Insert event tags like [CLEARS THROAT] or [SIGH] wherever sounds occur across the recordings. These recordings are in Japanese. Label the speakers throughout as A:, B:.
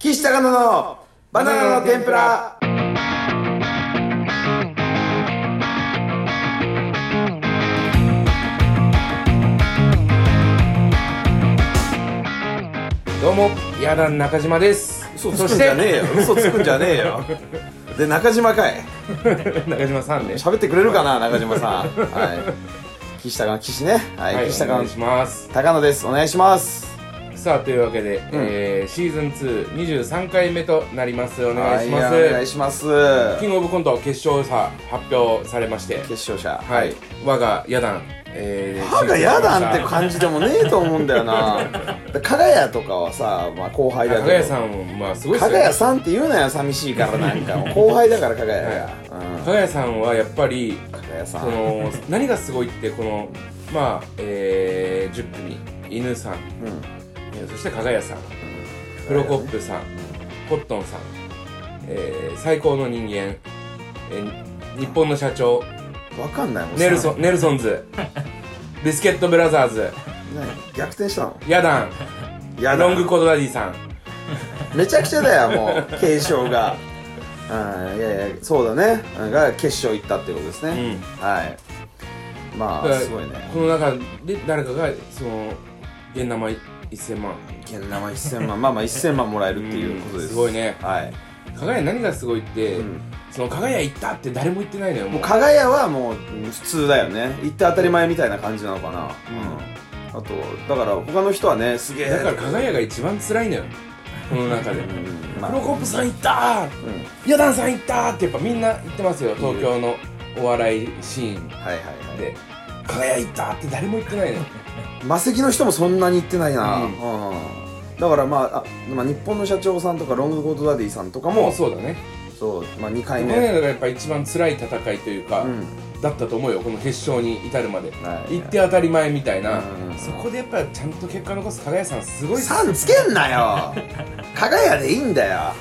A: 西高野のバナナの天ぷら。
B: どうも、ヤダン中島です。
A: 嘘つくんじゃねえよ。 [LAUGHS] 嘘つくんじゃねえよ。で中島かい。
B: 中島さんね。
A: 喋ってくれるかな中島さん。はい。岸高野岸ね。はい。
B: はい、
A: 岸
B: お
A: 高
B: 願
A: 野
B: いします。
A: 高野です。お願いします。
B: さあ、というわけで、えーシーズン2、23回目となります。お
A: お
B: 願いします。
A: お願いします。
B: キングオブコント決勝さ、発表されまして、
A: 決勝者。
B: は。い、我がヤダン、えー
A: 歯が嫌だんって
B: か
A: 感じでもねえと思うんだよな。
B: [LAUGHS]
A: だ加賀谷とかはさ、まあ後輩だ
B: 加
A: けど。
B: 賀谷さんも、まあ、すごいっす
A: 加
B: よ
A: 賀
B: ね
A: 谷。さんって言うなよ寂しいからなんか後輩だから加賀谷が、うん、
B: 加賀谷さんはやっぱり、
A: 加賀谷さ
B: そ
A: ん
B: の、何がすごいって、この、まあ、えー、10組、犬さん、
A: うん
B: えーそして加賀谷さん、プロコップさん、コットンさん、えー最高の人間、えー日本の社長、
A: わかんないもん
B: ネルソンネルソンズ、ビスケットブラザーズ、
A: 何逆転したの
B: ヤダン、
A: いや
B: ロングコードダディさん、
A: めちゃくちゃだよもう継承
B: [LAUGHS]
A: がうんいやいやそうだねうんが決勝行ったってことです
B: う
A: ね、
B: ん
A: はいま
B: だか
A: あ
B: ら
A: すごいね
B: この中で誰かがその現生1000万
A: けん玉1000万まあ
B: [LAUGHS]
A: まあ1000万もらえるっていうことです、
B: うんすごいね
A: はい
B: 加賀谷何がすごいって、
A: うん
B: その加賀谷行ったって誰も言ってないのよも
A: も
B: う
A: う加賀屋はもう普通だよね行って当たり前みたいな感じなのかなうん、あとだから他の人はねすげえ
B: だから加賀谷が一番辛いのよこの中で、
A: うんま
B: プ
A: あ
B: ロコップさん行ったー、ヤダンさん行ったーってやっぱみんな言ってますよ東京のお笑いシーン
A: はいはいはい
B: で「加賀谷行った!」って誰も言ってないのよ
A: 魔石の人もそんなに行ってないな、
B: う
A: うんんだからまああ、まあ、日本の社長さんとかロングコートダディさんとか
B: も
A: も
B: うそうだね
A: そう、まあ、2
B: こ
A: 回
B: の
A: 目、
B: 辺がやっぱ一番辛い戦いというか、
A: うん、
B: だったと思うよこの決勝に至るまで、
A: はい
B: 行って当たり前みたいな、
A: うん
B: そこでやっぱちゃんと結果残す加賀谷さんすごいっす
A: 3つけんなよ
B: [LAUGHS]
A: 加賀屋でいいんだよ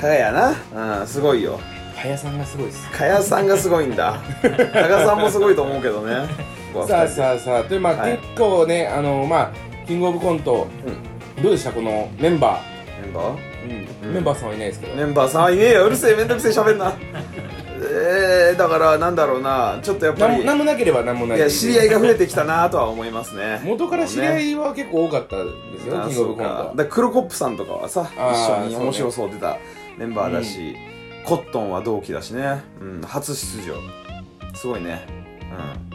A: 加賀屋なうんすごいよ
B: 加谷さんがすごいっす
A: 加谷さんがすごいんだ加賀さんもすごいと思うけどねここは
B: さあ
A: 二人
B: さあさあというまあ、
A: はい
B: 結構ねあのまあキングオブコント、どうでしたこのメンバ
A: メンバー
B: ー、
A: うん
B: メンバーさんはいないですけど、
A: メンバーさんはいねえようるせえめんどくせえ喋んなえー、だからなんだろうなちょっとやっぱ
B: なんも
A: り
B: なんもなければなんもない
A: いや知り合いが増えてきたなとは思いますね
B: 元から知り合
A: ね
B: いは結構多かったですよ、
A: あ
B: キングオ
A: そう
B: ブコント
A: か
B: は
A: だからクロコップさんとかはさ
B: あー
A: 一緒に面白そう出たメンバーだし、コットンは同期だしね、うん、初出場すごいね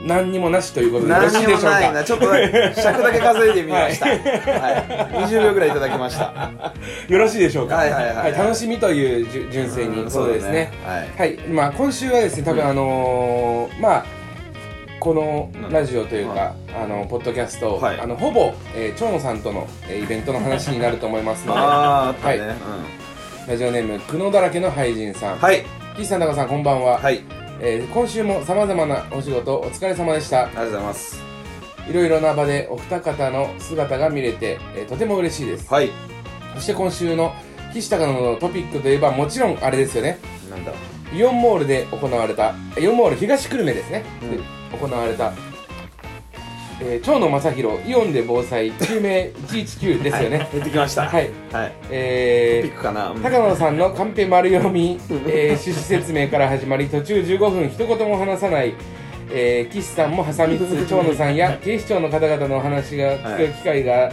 B: 何にもなしというこ
A: う
B: と
A: ん
B: でよろ
A: 何
B: しい
A: に
B: でし
A: も
B: ょう
A: ない
B: か
A: なちょっとだ
B: [LAUGHS]
A: け尺だけ稼いでみました、はい20秒ぐらいいただきました
B: よろしいでしょうか
A: はいはいはい
B: 楽しみというじゅ純粋に
A: うん
B: そうですね
A: はい
B: はい、まあ今週はですね、多分
A: うん
B: あのーまあこの
A: うん
B: ラジオというか
A: は、
B: あのポッドキャスト、
A: はい
B: あのほぼ、えー、蝶野さんとの、えーイベントの話になると思いますの
A: [LAUGHS]
B: で、
A: あーあったね、
B: は
A: う
B: ラジオネームくのだらけの俳人さん、
A: んはい
B: 岸さん中さんこんばんは、
A: はい
B: えー今週もさまざまなお仕事お疲れ様でした
A: あり。がとうございます
B: いろいろな場でお二方の姿が見れて、えーとても嬉しいです。
A: はい
B: そして今週の岸高野のトピックといえばもちろんあれですよね。
A: なんだ
B: イオンモールで行われた、イオンモール東久留米ですね。
A: うん
B: で行われた、えー、長野正弘イオンで防災救命119ですよね。
A: 出てきました
B: はい。
A: はいピ
B: え
A: ックかな、う
B: ー、
A: ん
B: 高野さんのカンペ丸読み、えー、趣旨説明から始まり、途中15分一言も話さない、えー、岸さんも挟みつ
A: [LAUGHS]
B: つ、長野さんや警視庁の方々のお話が聞く機会が、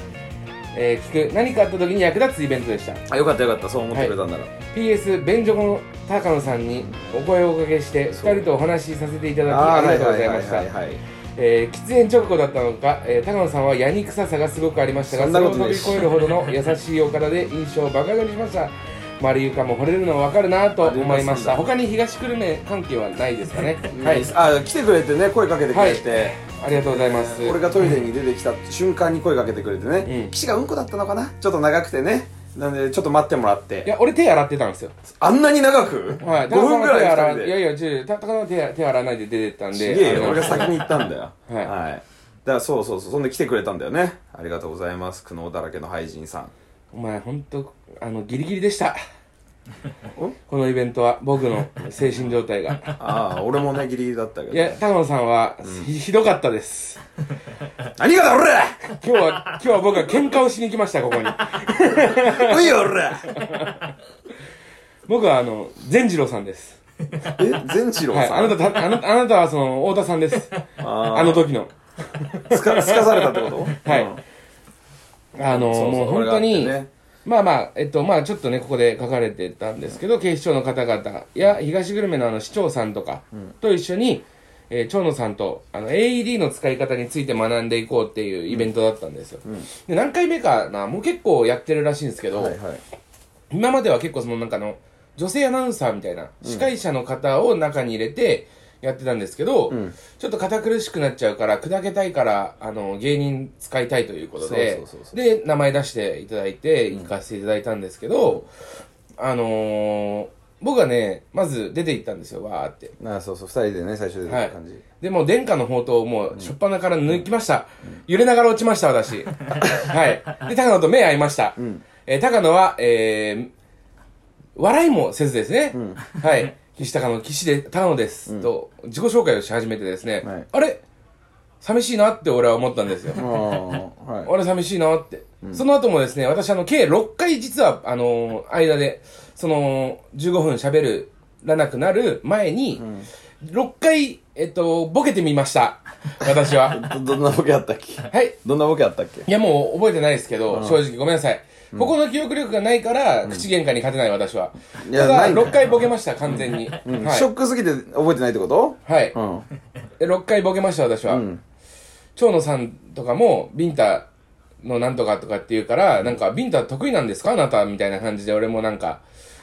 B: えー聞く、何かあった時に役立つイベントでした。
A: あよかったよかったそう思ってくれたんなら、
B: PS 便所の高野さんにお声をおかけして
A: そう
B: 2人とお話しさせていただき
A: あ
B: あ
A: あ
B: り
A: は
B: が
A: い
B: とう
A: はい
B: ござい
A: は
B: ま
A: い
B: し
A: は
B: た
A: い、はい
B: えー喫煙直後だったのか、えー高野さんはやに臭さがすごくありましたが
A: そん
B: そ
A: な
B: れ
A: こと
B: を
A: ね
B: 飛び
A: え
B: 越えるほどの優しいお方で印象をバカ上がりしました丸床も惚れるの分かるなと思いました
A: あり
B: 他に東久留米関係はないです
A: [LAUGHS]
B: かね
A: は
B: はい
A: い、あ来てくれてね声かけてくれて、
B: ありがとうございます
A: 俺がトイレに出てきた瞬間に声かけてくれてね、
B: うん
A: 岸がうんこだったのかなちょっと長くてねなんでちょっと待ってもらっ
B: い
A: て
B: や俺手洗ってたんですよ
A: あんなに長く、
B: は
A: 5
B: い高野さ
A: 分
B: ん
A: ぐ
B: は手
A: らい2
B: 洗
A: 人
B: いいや
A: で
B: いやちょ高野は手手洗わないで出てったんです
A: げえよ
B: あの
A: 俺が先に行ったんだよ
B: [LAUGHS] はい
A: だからそうそうそうそんで来てくれたんだよねありがとうございます苦悩だらけの俳人さん [LAUGHS]
B: お前本当あのギリギリでしたこのイベントは僕の精神状態が。
A: ああ、俺もね、ギリギリだったけど。
B: いや、高野さんは、ひひどかったです。
A: 何がだ、俺ら
B: 今日は、今日は僕は喧嘩をしに来ました、ここに。
A: おいよ、俺ら
B: 僕は、あの、善次郎さんです。
A: え、善次郎
B: はい。
A: さ
B: あ
A: ん、
B: なた、たあなあなたは、その、太田さんです。
A: あ
B: あの時の。
A: ーすか、すかされたってこと
B: はい
A: うん
B: あの、
A: そうそう
B: もう本当
A: 俺
B: に、
A: があってね
B: まあまあ、えっと、まあちょっとね、ここで書かれてたんですけど、警視庁の方々や東グルメのあの市長さんとかと一緒に、えー長野さんとあの AED の使い方について学んでいこうっていうイベントだったんですよ。で何回目かな、もう結構やってるらしいんですけど、
A: はいはい。
B: 今までは結構そのなんかあの女性アナウンサーみたいな司会者の方を中に入れてやってたんですけど、
A: ん
B: ちょっと堅苦しくなっちゃうから砕けたいからあの芸人使いたいということで
A: そうそうそうそ
B: で名前出していただいて行かせていただいたんですけど、あのー僕はねまず出て行ったんですよわーって
A: なあ、そうそう、二人でね、最初で
B: はい
A: 感じ。
B: でもう殿下の宝刀をもう初っ端から抜きました、揺れながら落ちました
A: [LAUGHS]
B: 私はいで高野と目合いました、えー高野は、えー笑いもせずですね、はい岸高野岸で高野です、と自己紹介をし始めてですね、
A: はい
B: あれ寂しいなって俺は思ったんですよ
A: ああ、はい。
B: 俺寂しいなって、その後もですね私あの計6回実はあのー間でその15分喋らなくなる前に、6回えっとボケてみました
A: [LAUGHS]
B: 私は
A: ど、どんなボケあったっけ
B: はい
A: どんなボケあったっけ
B: いやもう覚えてないですけど、正直ごめんなさいここの記憶力がないから、口喧嘩に勝てない私は。
A: いや
B: ただ、
A: ないんだ
B: 6回ボケました、完全に。はい
A: ショックすぎて覚えてないってこと
B: はい。
A: うん。
B: で6回ボケました私は、
A: ん
B: 長野さんとかもビンタのなんとかとかって言うからなんかビンタ得意なんですかあなたみたいな感じで俺もなんか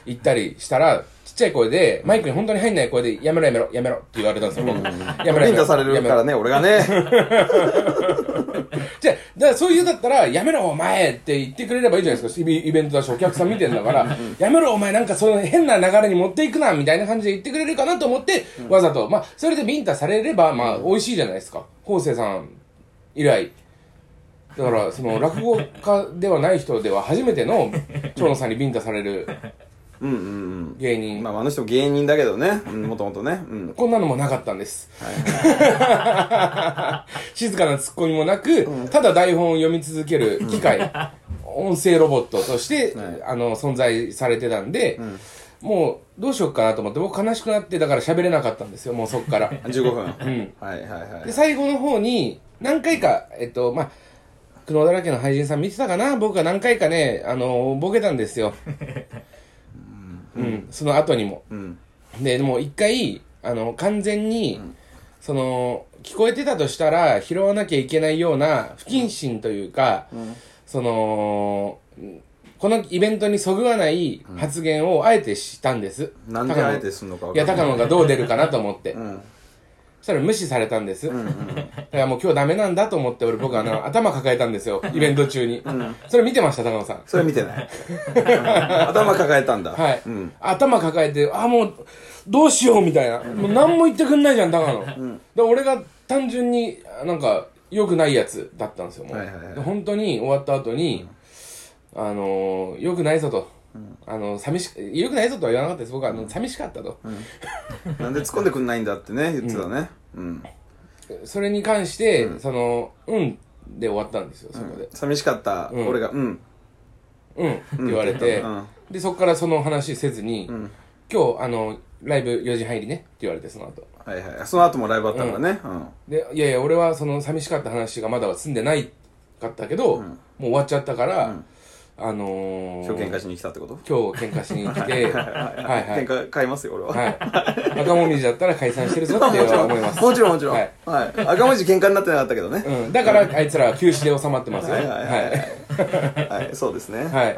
B: 言ったりしたらちっちゃい声でマイクに本当に入んない声でやめろやめろやめろって言われたんですよ僕やめろ
A: ビンタされるからね、俺がね。
B: じゃあだからそういうだったら、やめろお前って言ってくれればいいじゃないですか。イベイベントだし、お客さん見てんだから、やめろお前なんかその変な流れに持っていくな、みたいな感じで言ってくれるかなと思って、わざと。まあ、それでビンタされれば、まあ、美味しいじゃないですか。昴生さん以来。だから、その、落語家ではない人では初めての、蝶野さんにビンタされる
A: うんうん
B: 芸
A: うん。
B: 人
A: ま。あ、あの人も芸人だけどね。うん、もともとね。うん。
B: こんなのもなかったんです。 [LAUGHS] 静かなツッコミもなく、ただ台本を読み続ける機械、
A: [LAUGHS]
B: 音声ロボットとして、
A: はい
B: あの、存在されてたんで、もう、どうしようかなと思って、僕悲しくなって、だから喋れなかったんですよ、もうそっから。
A: 15分。
B: ん
A: はいはいは
B: で、
A: い。
B: 最後の方に、何回か、えっと、まあ、久能だらけの俳人さん見てたかな僕は何回かね、あの、ボケたんで
A: [LAUGHS]
B: すよ。うん、その後にも。
A: うん。
B: で、もう一回、あの、完全に、その、聞こえてたとしたら、拾わなきゃいけないような不謹慎というか、その、このイベントにそぐわない発言をあえてしたんです。
A: なんであえてすんのか
B: 高
A: わ
B: 野い
A: か
B: や、
A: んない。
B: 高野がどう出るかなと思って。
A: うん。
B: そしたら無視されたんです。だからもう今日ダメなんだと思って、俺僕はあの、頭抱えたんですよ。イベント中に。それ見てました、高野さん。
A: それ見て
B: [LAUGHS]
A: ない。頭抱えたんだ。
B: はい、
A: うん。
B: 頭抱えて、あ、もう、どうしようみたいな。もう何も言ってくんないじゃん、高野。で俺が単純に、あなんか、良くないやつだったんですよ、もう。
A: はいはいはい
B: で本当に終わった後に、あのー、良くないぞと。あの、寂し、良くないぞとは言わなかったです。僕は、あの、寂しかったと。
A: なんで突っ込んでくんないんだってね、言ってたね。うん。
B: それに関して、その、うんで終わったんですよ、そこで。
A: 寂しかった、
B: ん
A: 俺が、うん。
B: うんって言われて、
A: うん
B: でそこからその話せずに、今日あのライブ4時入りねって言われてその後
A: はいはい。その後もライブあったからね。うん。
B: でいやいや俺はその寂しかった話がまだは済んでないかったけど、もう終わっちゃったから、あのー、
A: 証券化しに来たってこと
B: 今日喧嘩しに来てはいは
A: 喧
B: い
A: 嘩買いますよ、俺は。 [LAUGHS]
B: はい赤もみじだったら解散してるぞっては思います
A: もちろんもちろん。
B: は
A: はいい。赤文字喧嘩になってなかったけどね。
B: うん、だからあいつらは休止で収まってますよ
A: は
B: ね
A: いはいはいはい。はい、そうですね。
B: はい
A: い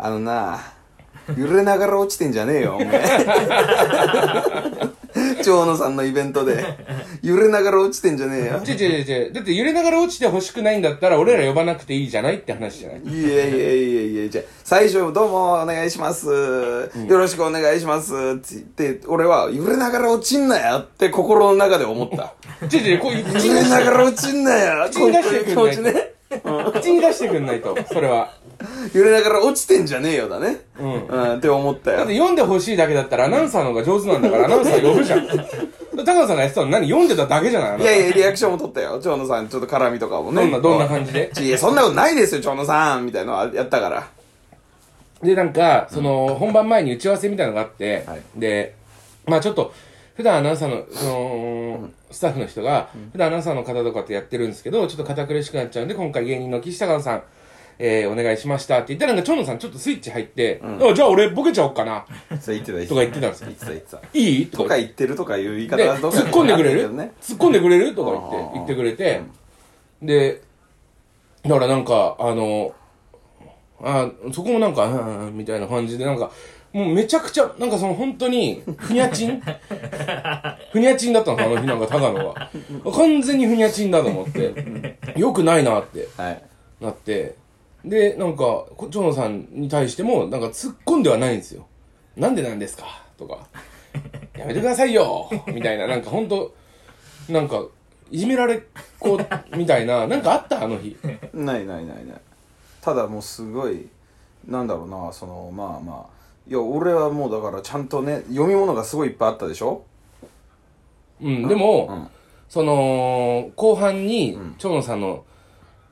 A: あのな、揺れながら落ちてんじゃねえよ、
B: [LAUGHS]
A: お前。長野さんのイベントで、揺れながら落ちてんじゃねえよ。
B: 違う違う違うだって揺れながら落ちてほしくないんだったら俺ら呼ばなくていいじゃないって話じゃない
A: いえいえいえいえ、じゃあ最初、どうもお願いします。よろしくお願いします。って言って、俺は、揺れながら落ちんなよって心の中で思った。
B: 違う違うこういう
A: 揺れながら落ちんなよ
B: 口に出してくん
A: こう
B: ないいう
A: 気持
B: と
A: ちね。
B: 口に出してくんないとそれは
A: 揺れながら落ちてんじゃねえよだね。
B: うん
A: うん、って思った
B: だって
A: よ。
B: 読んでほしいだけだったらアナウンサーの方が上手なんだからアナウンサー呼ぶじゃん高野さんがやってたの何読んでただけじゃないあない
A: やいや、リアクションも取ったよ。蝶野さん、ちょっと絡みとかもね。
B: どんなどんな感じで
A: じいや、そんなことないですよ、蝶野さんみたいなのはやったから。
B: でなんかその本番前に打ち合わせみたいなのがあって、
A: はい
B: でまあちょっと普段アナウンサーのそのスタッフの人が普段アナウンサーの方とかとやってるんですけどちょっと堅苦しくなっちゃうんで今回芸人の岸高さんえー、お願いしましたって言ったらなんか蝶野さんちょっとスイッチ入って、あじゃあ俺ボケちゃおっかな
A: それ言ってた、
B: とか言ってたんですよ
A: 言ってた、言ってた。
B: いいと
A: と
B: か
A: か言ってるとかいう言い方
B: で
A: はどうか
B: 突っ込んでくれ
A: わ
B: る
A: かんないけどね
B: 突っ込んでくれるとか
A: う
B: 言
A: んう
B: っ
A: ん
B: て言ってくれてでだからなんかあのあそこもなんかうんうんみたいな感じでなんかもうめちゃくちゃなんかその本当にふにゃちんふにゃちんだったのあの日なんか高野は完全にふにゃちんだと思ってよくないなって
A: はい。
B: なってでなんかこ蝶野さんに対してもなんか突っ込んではないんですよ「なんでなんですか?」とか [LAUGHS] 「やめてくださいよ」みたいななんかほんとなんかいじめられっ子みたいななんかあったあの日
A: ないないないないただもうすごいなんだろうなそのまあまあいや俺はもうだからちゃんとね読み物がすごいいっぱいあったでしょ
B: うんでも、
A: うん
B: その後半に蝶野さんの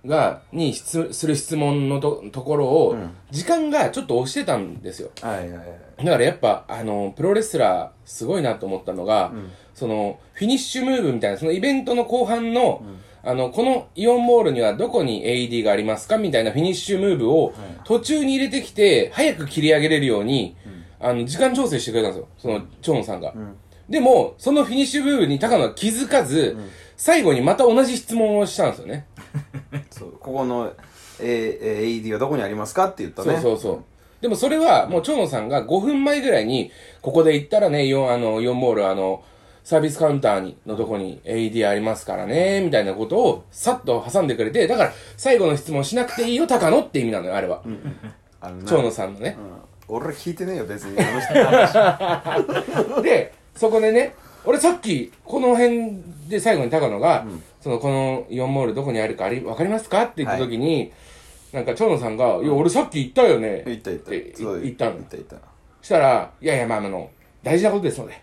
B: がに質する質問のとところを、
A: ん
B: 時間がちょっと押してたんですよ
A: はいはいはい
B: だからやっぱ、あの、プロレスラーすごいなと思ったのが、その、フィニッシュムーブみたいな、そのイベントの後半の、あの、このイオンモールにはどこに AED がありますかみたいなフィニッシュムーブを途中に入れてきて、早く切り上げれるように、あの、時間調整してくれたんですよ。その、チョンさんが。でも、そのフィニッシュムーブに高野は気づかず、最後にまた同じ質問をしたんですよね。
A: そうここの、えーえー AED はどこにありますかって言ったね
B: そうそうそう。でもそれは、もう、蝶野さんが5分前ぐらいに、ここで行ったらね、イオン、あの、イオンモール、あの、サービスカウンターに、のとこに AED ありますからね、みたいなことを、さっと挟んでくれて、だから、最後の質問しなくていいよ、高野って意味なのよ、あれは。
A: あのね
B: 蝶野さんのね
A: う。ん俺聞いてねえよ別にあ
B: [LAUGHS]
A: の人の話
B: で、そこでね、俺さっき、この辺で最後に高野が、その、このイオンモールどこにあるかあり、わかりますかって言った時に、なんか、蝶野さんが、いや、俺さっき言ったよね。
A: 言った言った
B: て
A: そう
B: 言ったの
A: 言った言った
B: したら、いやいや、まあ、あの、大事なことですので。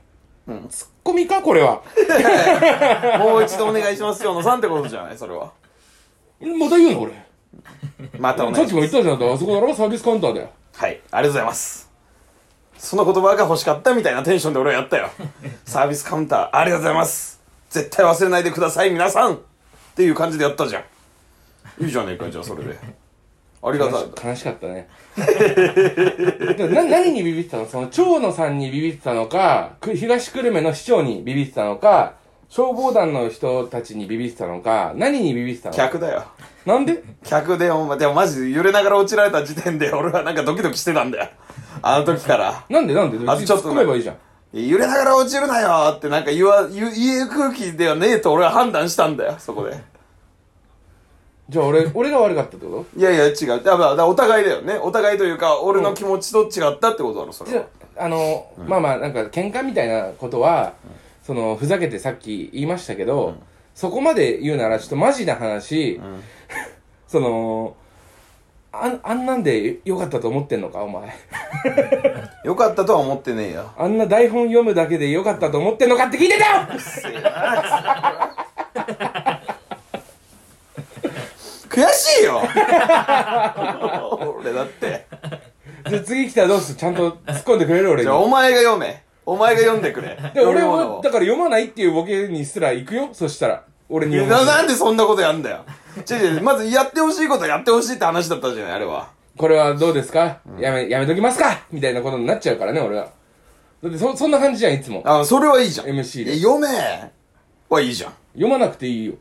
B: ツッコミか、これは。 [LAUGHS]
A: もう一度お願いしますよのさんってことじゃないそれは
B: また言うの、俺。
A: またお願いし
B: さ
A: ま
B: っき
A: す
B: も言ったじゃん、あそこだろ、サービスカウンターだよ。
A: はい、ありがとうございます。その言葉が欲しかったみたいなテンションで俺はやった
B: [LAUGHS]
A: よ。サービスカウンター、ありがとうございます。絶対忘れないでください、皆さんっていう感じでやったじゃん。いいじゃねえか、じゃあそれで。ありがたい。
B: 悲しかったね。で [LAUGHS] もな何にビビってたのその、蝶野さんにビビってたのか、く東久留米の市長にビビってたのか、消防団の人たちにビビってたのか、何にビビってたの
A: 客だよ。
B: なんで
A: 客で、お前、でもマジ揺れながら落ちられた時点で俺はなんかドキドキしてたんだよ。あの時から。
B: なんでなんで
A: あとちょ
B: 突っ
A: っと
B: 込めばいいじゃん。
A: 揺れながら落ちるなよってなんか言わ、言う言う空気ではねえと俺は判断したんだよ、そこで。
B: じゃあ俺、俺が悪かったってこ
A: いやいや、違う。だからだからお互いだよね。お互いというか、俺の気持ちと違ったってことだろ、そ
B: と
A: れ
B: じ
A: は。
B: ゃあ、あの、まあまあ、なんか喧嘩みたいなことは、その、ふざけてさっき言いましたけど、そこまで言うなら、ちょっとマジな話、 [LAUGHS] その、あん、あんなんでよかったと思ってんのか、お前。
A: よかったとは思ってねえよ。
B: あんな台本読むだけでよかったと思ってんのかって聞い
A: [LAUGHS]
B: てたよ
A: 悔し
B: [LAUGHS]
A: いよ俺だって。
B: じゃあ次来たらどうするちゃんと突っ込んでくれる俺
A: じ
B: に
A: ゃあ、。お前が読め。お前が読んでくれ。
B: で、俺
A: 読むもの
B: は、
A: を
B: だから読まないっていうボケにすら行くよそしたら。俺に
A: いや
B: 読
A: な
B: む。
A: なんでそんなことやんだよ。違う違う、まずやってほしいことやってほしいって話だったじゃない、あれは。
B: これはどうですか、やめ、やめときますかみたいなことになっちゃうからね、俺は。だってそ、そんな感じじゃん、いつも。
A: あ、それはいいじゃん。
B: MC で
A: いや読めはいいじゃん。
B: 読まなくていいよ。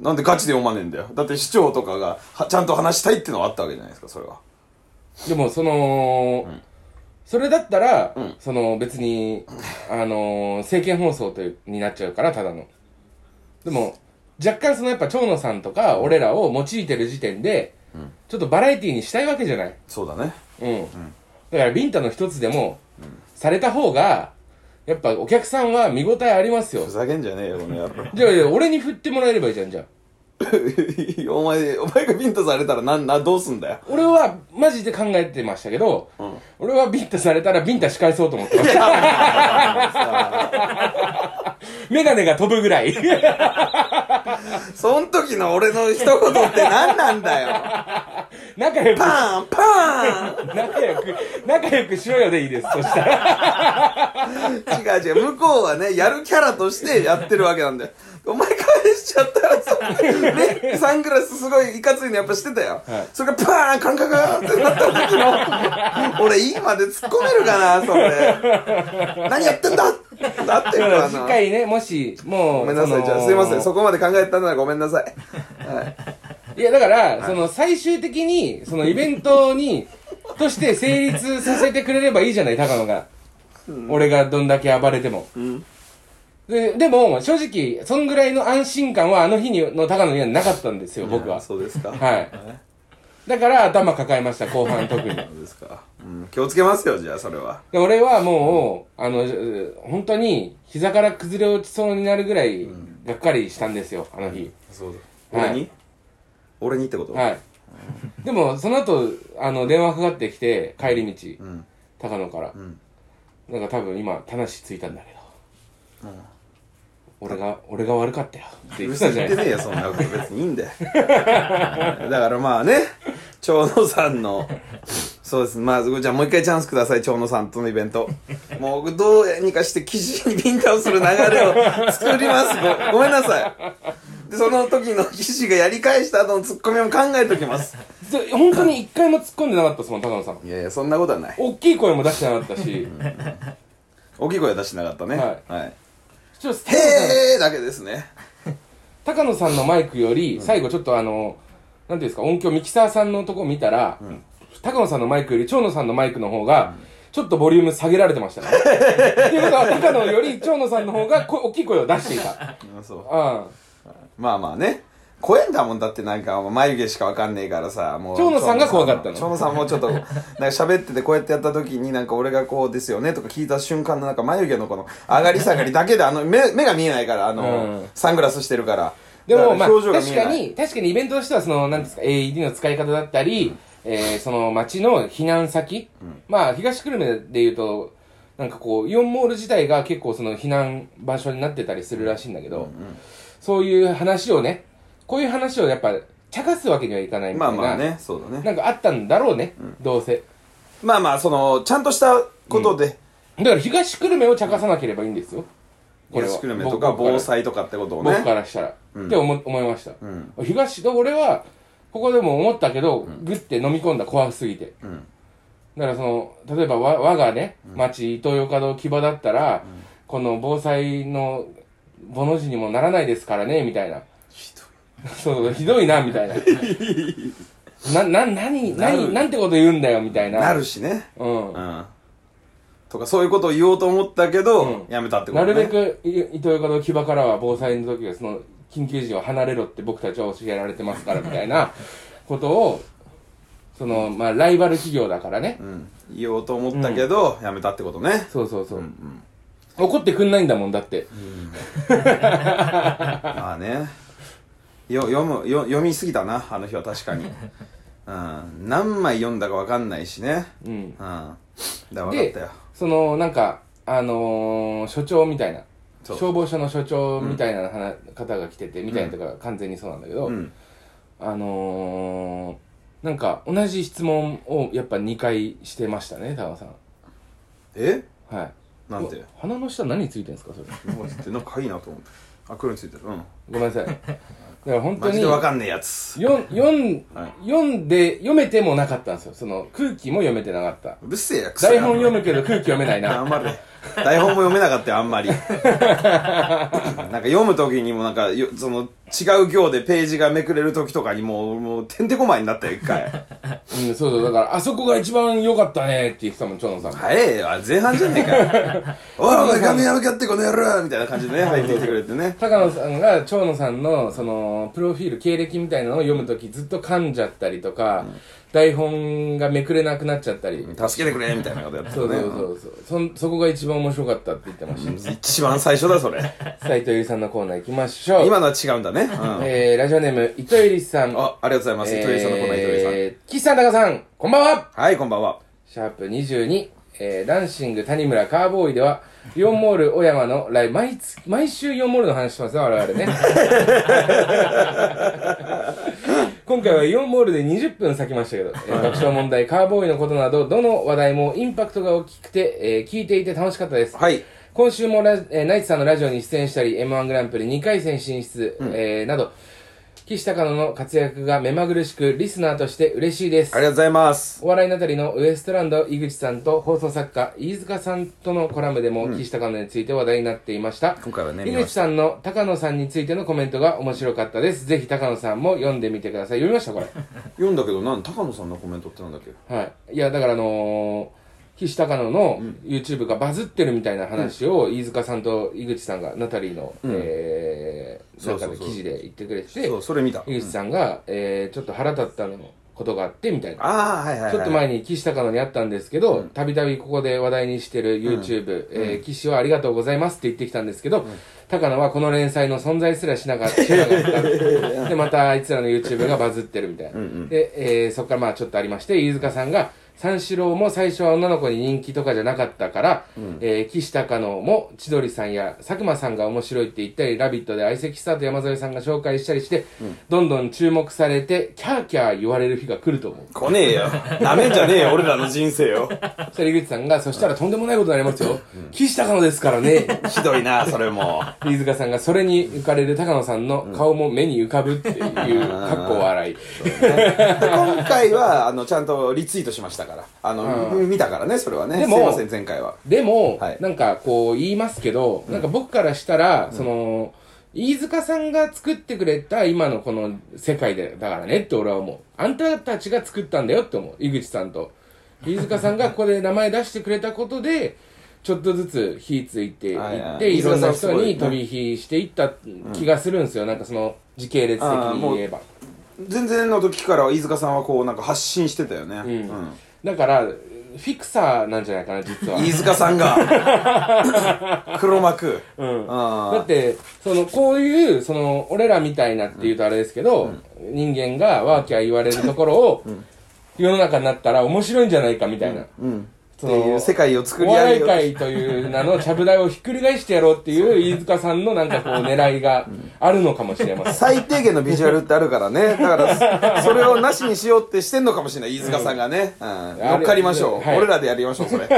A: なんでガチで読まねえんだよ。だって市長とかがはちゃんと話したいってのはあったわけじゃないですか、それは。
B: でも、その、それだったら、
A: ん
B: その、別に、あのー、政見放送という、になっちゃうから、ただの。でも、若干そのやっぱ、蝶野さんとか、俺らを用いてる時点で、ちょっとバラエティーにしたいわけじゃない。
A: そうだね。
B: うん。だから、ビンタの一つでも、された方が、やっぱお客さんは見応えありますよ
A: ふ。ざけんじゃねえよ、この野郎。
B: じゃあ、いや俺に振ってもらえればいいじゃん、じゃあ。
A: [LAUGHS] お前、お前がビンタされたらなん、な、どうすんだよ。
B: 俺はマジで考えてましたけど、俺はビンタされたらビンタし返そうと思っ
A: [LAUGHS]
B: てました。メガネが飛ぶぐらい。
A: そん時の俺の一言って何なんだよ。
B: 仲良く、
A: パンパン
B: 仲良く、仲良くしろよでいいです。そしたら。
A: 違う違う、向こうはね、やるキャラとしてやってるわけなんだよ。お前返しちゃったらさ、ね、サングラスすごいいかついのやっぱしてたよ。
B: はい
A: それがパーンカンカンカンってなった時の、俺いいまで突っ込めるかな、それ。何やってんだだってる
B: だか
A: からら
B: 次
A: な。
B: 回ね、もし、もう。
A: ごめんなさ
B: そ
A: い、
B: の
A: じゃあすいません。そこまで考えてたならごめんなさい。はい
B: いや、だから、その、最終的に、その、イベント [LAUGHS] に、として成立させてくれればいいじゃない、高野が。俺がどんだけ暴れても。ででも、正直、そんぐらいの安心感は、あの日にの高野にはなかったんですよ、僕は。
A: そうですか。
B: はい。だから、頭抱えました、後半特 [LAUGHS] に。
A: そうですか。うん気をつけますよ、じゃあそれは。
B: で俺はもう、あの、本当に、膝から崩れ落ちそうになるぐらい、がっかりしたんですよ、あの日。
A: そうだ。
B: はい
A: 俺に俺にってこと
B: はい。でも、その後、あの、電話かかってきて、帰り道、
A: ん
B: 高野から、
A: ん
B: なんか多分今、田無ついたんだけど、俺が、俺が悪かったよ。って言っ
A: 嘘
B: てたじゃ
A: 言
B: な
A: っ
B: い
A: てねえ
B: です
A: よそんなこと別にいいんだよ [LAUGHS] だからまあね長野さんのそうですまあじゃあもう一回チャンスください長野さんとのイベントもうどうにかして記事にビンタをする流れを作りますごごめんなさいでその時の記事がやり返した後のツッコミも考えときます
B: か。で本当に一回も突っ込んでなかったですもん、高野さん。
A: いやいやそんなことはない
B: 大きい声も出してなかったし、
A: 大きい声は出してなかったね、
B: はい
A: はい、
B: ちょっと高野さん
A: へーだけですね
B: 高野さんのマイクより、最後ちょっとあの、なんていうんですか、音響ミキサーさんのとこ見たら、高野さんのマイクより長野さんのマイクの方が、ちょっとボリューム下げられてましたね。っていうことは、高野より長野さんの方がこ大きい声を出していた。
A: うんそう
B: うん。
A: まあまあね怖えんだもんだってなんかもう眉毛しかわかんねえからさもう
B: 蝶野さんが怖かったの
A: 蝶野さんもちょっ
B: [LAUGHS]
A: となんか喋っててこうやってやった時になんか俺がこうですよねとか聞いた瞬間のなんか眉毛のこの上がり下がりだけであの目目が見えないからあの、
B: うん
A: サングラスしてるから
B: でも、
A: だ
B: ま
A: ら
B: あ、
A: 表情が見
B: 確
A: えない
B: かに、確かにイベントとしては、その、なんですか、AED の使い方だったり、えー、その、町の避難先、まあ、東久留米で言うと、なんかこう、イオンモール自体が結構その避難場所になってたりするらしいんだけど、そういう話をね、こういう話をやっぱ、茶化すわけにはいかないみた
A: ま
B: い
A: あ
B: な。
A: まあねそうだね
B: なんかあったんだろうね、どうせ。
A: まあまあそのちゃんとしたことで、
B: だから東久留米を茶化さなければいいんですよ。これは
A: 東久留米とか
B: 僕僕ら
A: 防災とかってことをね
B: 僕からしたら、って思思いました、東で俺はここでも思ったけど、グッて飲み込んだ怖すぎて、だからその例えばわ我がね町東洋華堂木場だったら、この防災のボの字にもならないですからねみたいなそうひどいなみた
A: [LAUGHS]
B: いななな何
A: なる
B: 何なんてこと言うんだよみたいな
A: なるしね
B: うん
A: うんとかそういうことを言おうと思ったけど、
B: うん
A: やめたってこ
B: な
A: とね
B: るべくい伊東洋華堂木場からは防災の時はその緊急時は離れろって僕たちは教えられてますからみた
A: [LAUGHS]
B: いなことをそのまあライバル企業だからね、
A: うん、言おうと思ったけど、やめたってことね
B: そうそうそう、怒ってくんないんだもんだって
A: まあねよ読むよ読みすぎたなあの日は確
B: [LAUGHS]
A: かに、うん、何枚読んだか分かんないしね
B: う
A: うんんだから分かっ
B: で
A: たよ
B: そのなんかあのー所長みたいな
A: そう
B: 消防署の所長みたいな、はな方が来ててみたいなとか完全にそうなんだけど、
A: うん
B: あのー、なんか同じ質問をやっぱ2回してましたね田中さん
A: え
B: はい
A: なんて
B: うわ鼻の下何ついてんですかそれ
A: なんかなんかいいなと思ってあ黒についてるうん
B: ごめんなさいだから本当
A: マ
B: に
A: ジで分かんねえやつ
B: 読ん読ん
A: はい
B: 読んで読めてもなかったんですよその空気も読めてなかった
A: うるせえや
B: 台本読むけど空気読めないな
A: [LAUGHS] 頑張れ台本も読めなかったよあんま
B: [LAUGHS]
A: りなんか読む時にもなんかよその違う行でページがめくれる時とかにもうもうてんてこまいになったよ一回
B: うんそうそうだからあそこが一番良かったねって言ってたもん長野さん
A: 早えよ、あれ前半じゃねえ
B: [LAUGHS]
A: かよ。おい、お前、髪やめかってこの野郎みたいな感じでね、入ってきてくれてね。
B: 高野さんが長蝶野さんのそのプロフィール経歴みたいなのを読むときずっと噛んじゃったりとか、台本がめくれなくなっちゃったり、
A: 助けてくれみたいなことやってた
B: そう
A: ね
B: そうそうそうそんそこが一番面白かったって言ってました
A: うん一番最初だそれ
B: 斉藤由里さんのコーナー行きましょう
A: 今のは違うんだね、うん
B: えー、ラジオネーム糸由里さん
A: あありがとうございます糸井さんのコーナー糸井さん
B: えー岸さん高さんこんばんは
A: はいこんばんは
B: シャープ22、えー、ダンシング谷村カーボーイでは、イオンモール小山のライブ、毎月毎週イオンモールの話してますね、我 [LAUGHS] 々ね。今回はイオンモールで20分割きましたけど、えー爆笑問題、カーボーイのことなど、どの話題もインパクトが大きくて、えー聞いていて楽しかったです。
A: はい
B: 今週もラジ、えーナイツさんのラジオに出演したり、M1 グランプリ2回戦進出、えーなど、岸高野の活躍が目まぐるしく、リスナーとして嬉しいです
A: ありが。とうございます
B: お笑いナタリのウエストランド井口さんと放送作家飯塚さんとのコラムでも岸高野について話題になっていました、
A: 今回はね
B: 井
A: 見
B: 口
A: ました
B: さんの高野さんについてのコメントが面白かったですぜひ高野さんも読んでみてください読みましたこれ
A: 読んだけどなん高野さんのコメントってなんだっけ
B: はいいやだからあのー、岸高野の YouTube がバズってるみたいな話を飯塚さんと井口さんがナタリーの、えー、
A: そうそ
B: 中
A: うそう
B: の記事で言ってくれて
A: そうそれ見た
B: 井口さんが、えー、ちょっと腹立ったのことがあってみたいな
A: ああはいはい、はい、
B: ちょっと前に岸高野に会ったんですけど、たびたびここで話題にしてる YouTube、えー岸はありがとうございますって言ってきたんですけど、高野はこの連載の存在すらしなかった。知らなかったで、またあいつらの YouTube がバズってるみたいな。で、えーそっからまあちょっとありまして、飯塚さんが、三四郎も最初は女の子に人気とかじゃなかったから、えー岸高野も千鳥さんや佐久間さんが面白いって言ったり、ラビットで相席スタート山添さんが紹介したりして、どんどん注目されて、キャーキャー言われる日が来ると思う。
A: 来ねえ
B: [LAUGHS]
A: よなめんじゃねえよ俺らの人生を
B: そしたら井口さんが、そしたらとんでもないことになりますよ。岸高野ですからね。
A: [LAUGHS] ひどいなそれも
B: 飯塚さんが、それに浮かれる高野さんの顔も目に浮かぶっていう、かっこ笑い。
A: で今回はあのちゃんとリツイートしましたからあの、見たからねそれはね
B: でも
A: すいません前回は
B: でも、
A: はい
B: なんかこう言いますけど、なんか僕からしたら、その、飯塚さんが作ってくれた今のこの世界で、だからねって俺は思う。あんたたちが作ったんだよって思う。井口さんと。飯塚さん [LAUGHS] がここで名前出してくれたことで、ちょっとずつ火ついてい
A: はいは
B: っ
A: い
B: て、いろんな
A: 飯塚さんす
B: 人
A: ごい
B: に飛び火していった気がするんですよ。なんかその時系列的に言えば。
A: 全然の時から飯塚さんはこうなんか発信してたよね、うん
B: だから、フィクサーなんじゃないかな、実 [LAUGHS] は。
A: 飯塚さんが
B: [LAUGHS]
A: 黒幕うん
B: だってそのこういうその俺らみたいなっていうとあれですけど、人間がワーキャー言われるところを、世の中になったら面白いんじゃないかみたいな、
A: うん
B: そ
A: っ
B: の
A: ていう世界を作
B: お
A: り上げ
B: 笑い
A: よう
B: 界という名のちゃぶ台をひっくり返してやろうっていう飯塚さんのなんかこう狙い
A: [LAUGHS]
B: があるのかもしれません
A: 最低限のビジュアルってあるからねだからそそれをなしにしようってしてんのかもしれない飯塚さんがね、うん乗っかりましょう、
B: はい
A: 俺らでやりましょうそれ
B: え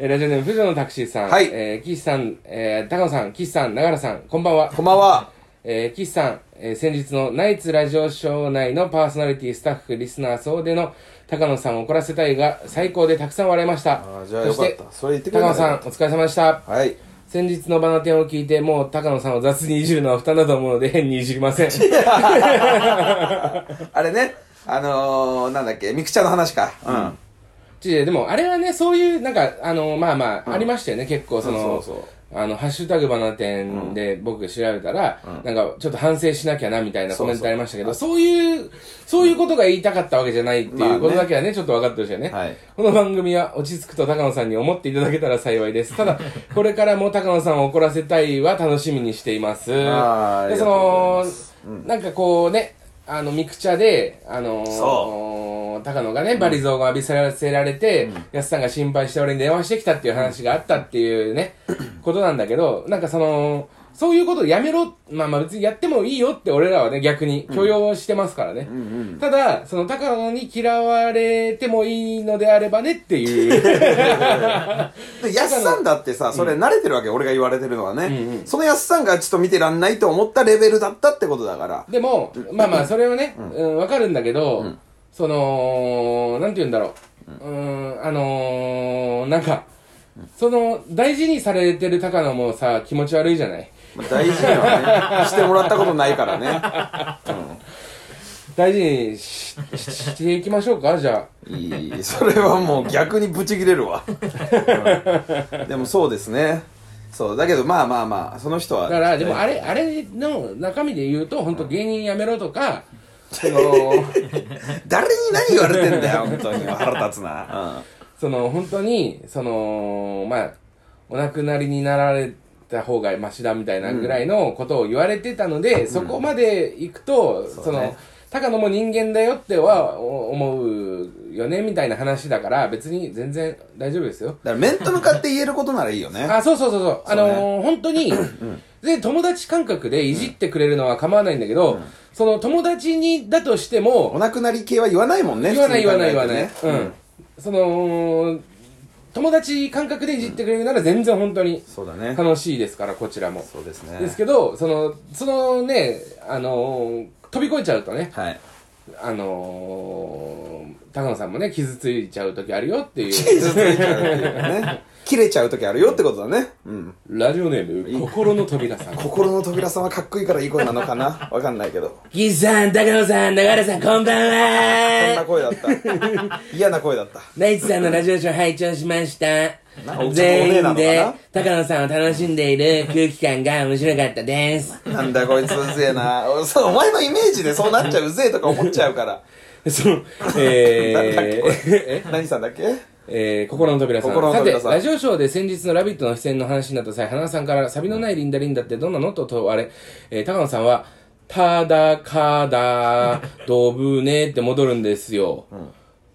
B: ーラジオネーム「婦女のタクシー」さん、
A: はい
B: えー岸さん、えー高野さん岸さん長良さんこんばんは
A: こんばんは
B: えー、岸さん、えー先日のナイツラジオショー内のパーソナリティ、スタッフ、リスナー総出の高野さんを怒らせたいが、最高でたくさん笑いました。
A: あーじゃあよかったそれ言ってくれ
B: 高
A: たら
B: 野さん、お疲れ様でした。
A: はい
B: 先日のバナテンを聞いて、もう高野さんを雑にいじるのは負担だと思うので、 [LAUGHS] 変にいじりません。
A: あれねあのー、なんだっけミクちゃんの話かうん
B: ちでも、あれはね、そういう、なんか、あの、まあまあ、ありましたよね、結構、
A: そ
B: その、
A: うそうそう
B: あの、ハッシュタグバナテンで僕調べたら、なんか、ちょっと反省しなきゃな、みたいなコメントありましたけど、そういう、そういうことが言いたかったわけじゃないっていうことだけはね、ちょっと分かってほしいよね。
A: はい
B: この番組は落ち着くと高野さんに思っていただけたら幸いです。
A: [LAUGHS]
B: ただ、これからも高野さんを怒らせたいは楽しみにしています。
A: あーあ
B: で、
A: り
B: そ
A: がとうご
B: の
A: ざいます、
B: なんかこうね、あの、ミクチャで、あのー
A: そ
B: 高野がね、バリゾーが浴びせられて、やすさんが心配して俺に電話してきたっていう話があったっていうね、ことなんだけど、なんかその、そういうことやめろ、まあまあ別にやってもいいよって俺らはね、逆に許容してますからね。ただ、その高野に嫌われてもいいのであればねっていう。
A: で、やっさんだってさ、それ慣れてるわけ、俺が言われてるのはね。そのやっさんがちょっと見てらんないと思ったレベルだったってことだから。
B: でも、まあまあそれはね、うん、わかるんだけど、その、なんて言うんだろう。うん、んあのー、なんか、その、大事にされてる高野もさ、気持ち悪いじゃない
A: まあ大事に [LAUGHS] はね、してもらったことないからね。
B: 大事にしししていきましょうかじゃ
A: いい、それはもう逆にブチ切れるわ。うんでもそうですね。そうだけどまあまあまあその人は
B: だからでも
A: ね
B: あれあれの中身で言うと本当芸人やめろと [LAUGHS] かその
A: 誰に何言われてんだ
B: [LAUGHS]
A: よ本当に腹立つな、
B: その本当にそのまあお亡くなりになられた方がマシだみたいなぐらいのことを言われてたので、そこまで行くと、その高野も人間だよってはお思うよねみたいな話だから別に全然大丈夫です
A: う
B: よ
A: ん、だから面と向かって言えることならいいよね
B: あそうそうそうそうあのー
A: そう
B: 本当に、で友達感覚でいじってくれるのは構わないんだけど、その友達にだとしても
A: お亡くなり系は言わないもんね
B: 言わない
A: 普
B: 言
A: 通
B: わ
A: に考
B: な
A: え
B: い
A: て
B: 言わない、
A: ね
B: うんその友達感覚でいじってくれるなら全然本当に
A: そうだね
B: 楽しいですからこちらも
A: そうですね
B: ですけどそのそのねあのー飛び越えちゃうとね
A: はい
B: あのー高野さんもね傷ついちゃう時あるよっていう
A: 傷ついちゃうっていうかね切れちゃう時あるよってことだねうん
B: ラジオネーム心の
A: [LAUGHS]
B: 扉さん
A: 心の扉さんはかっこいいからいい子なのかなわかんないけど
B: 岸さん、高野さん、長原さん、こんばん
A: そんな
B: は
A: 声だ
B: [LAUGHS]
A: った嫌な声だった
B: ナイツさんのラジオショー拝聴しました
A: なお。
B: 全員
A: おねえなの
B: で
A: か
B: 高野さんを楽しんでいる空気感が面白かった
A: [LAUGHS]
B: です。
A: なんだこいつうぜえな [LAUGHS] そうお前のイメージでそうなっちゃうぜえとか思っちゃうから
B: そう、え
A: なんだっけこ
B: ー、
A: れ何さんだっけ
B: えー、心の扉さん。
A: 心の扉さん
B: さて、ラジオショーで先日の「ラビット!」の出演の話になった際、花さんから、サビのないリンダリンダってどんなのと問われ、えー、高野さんは、ただか
A: [LAUGHS]
B: だ、どぶねって戻るんですよ。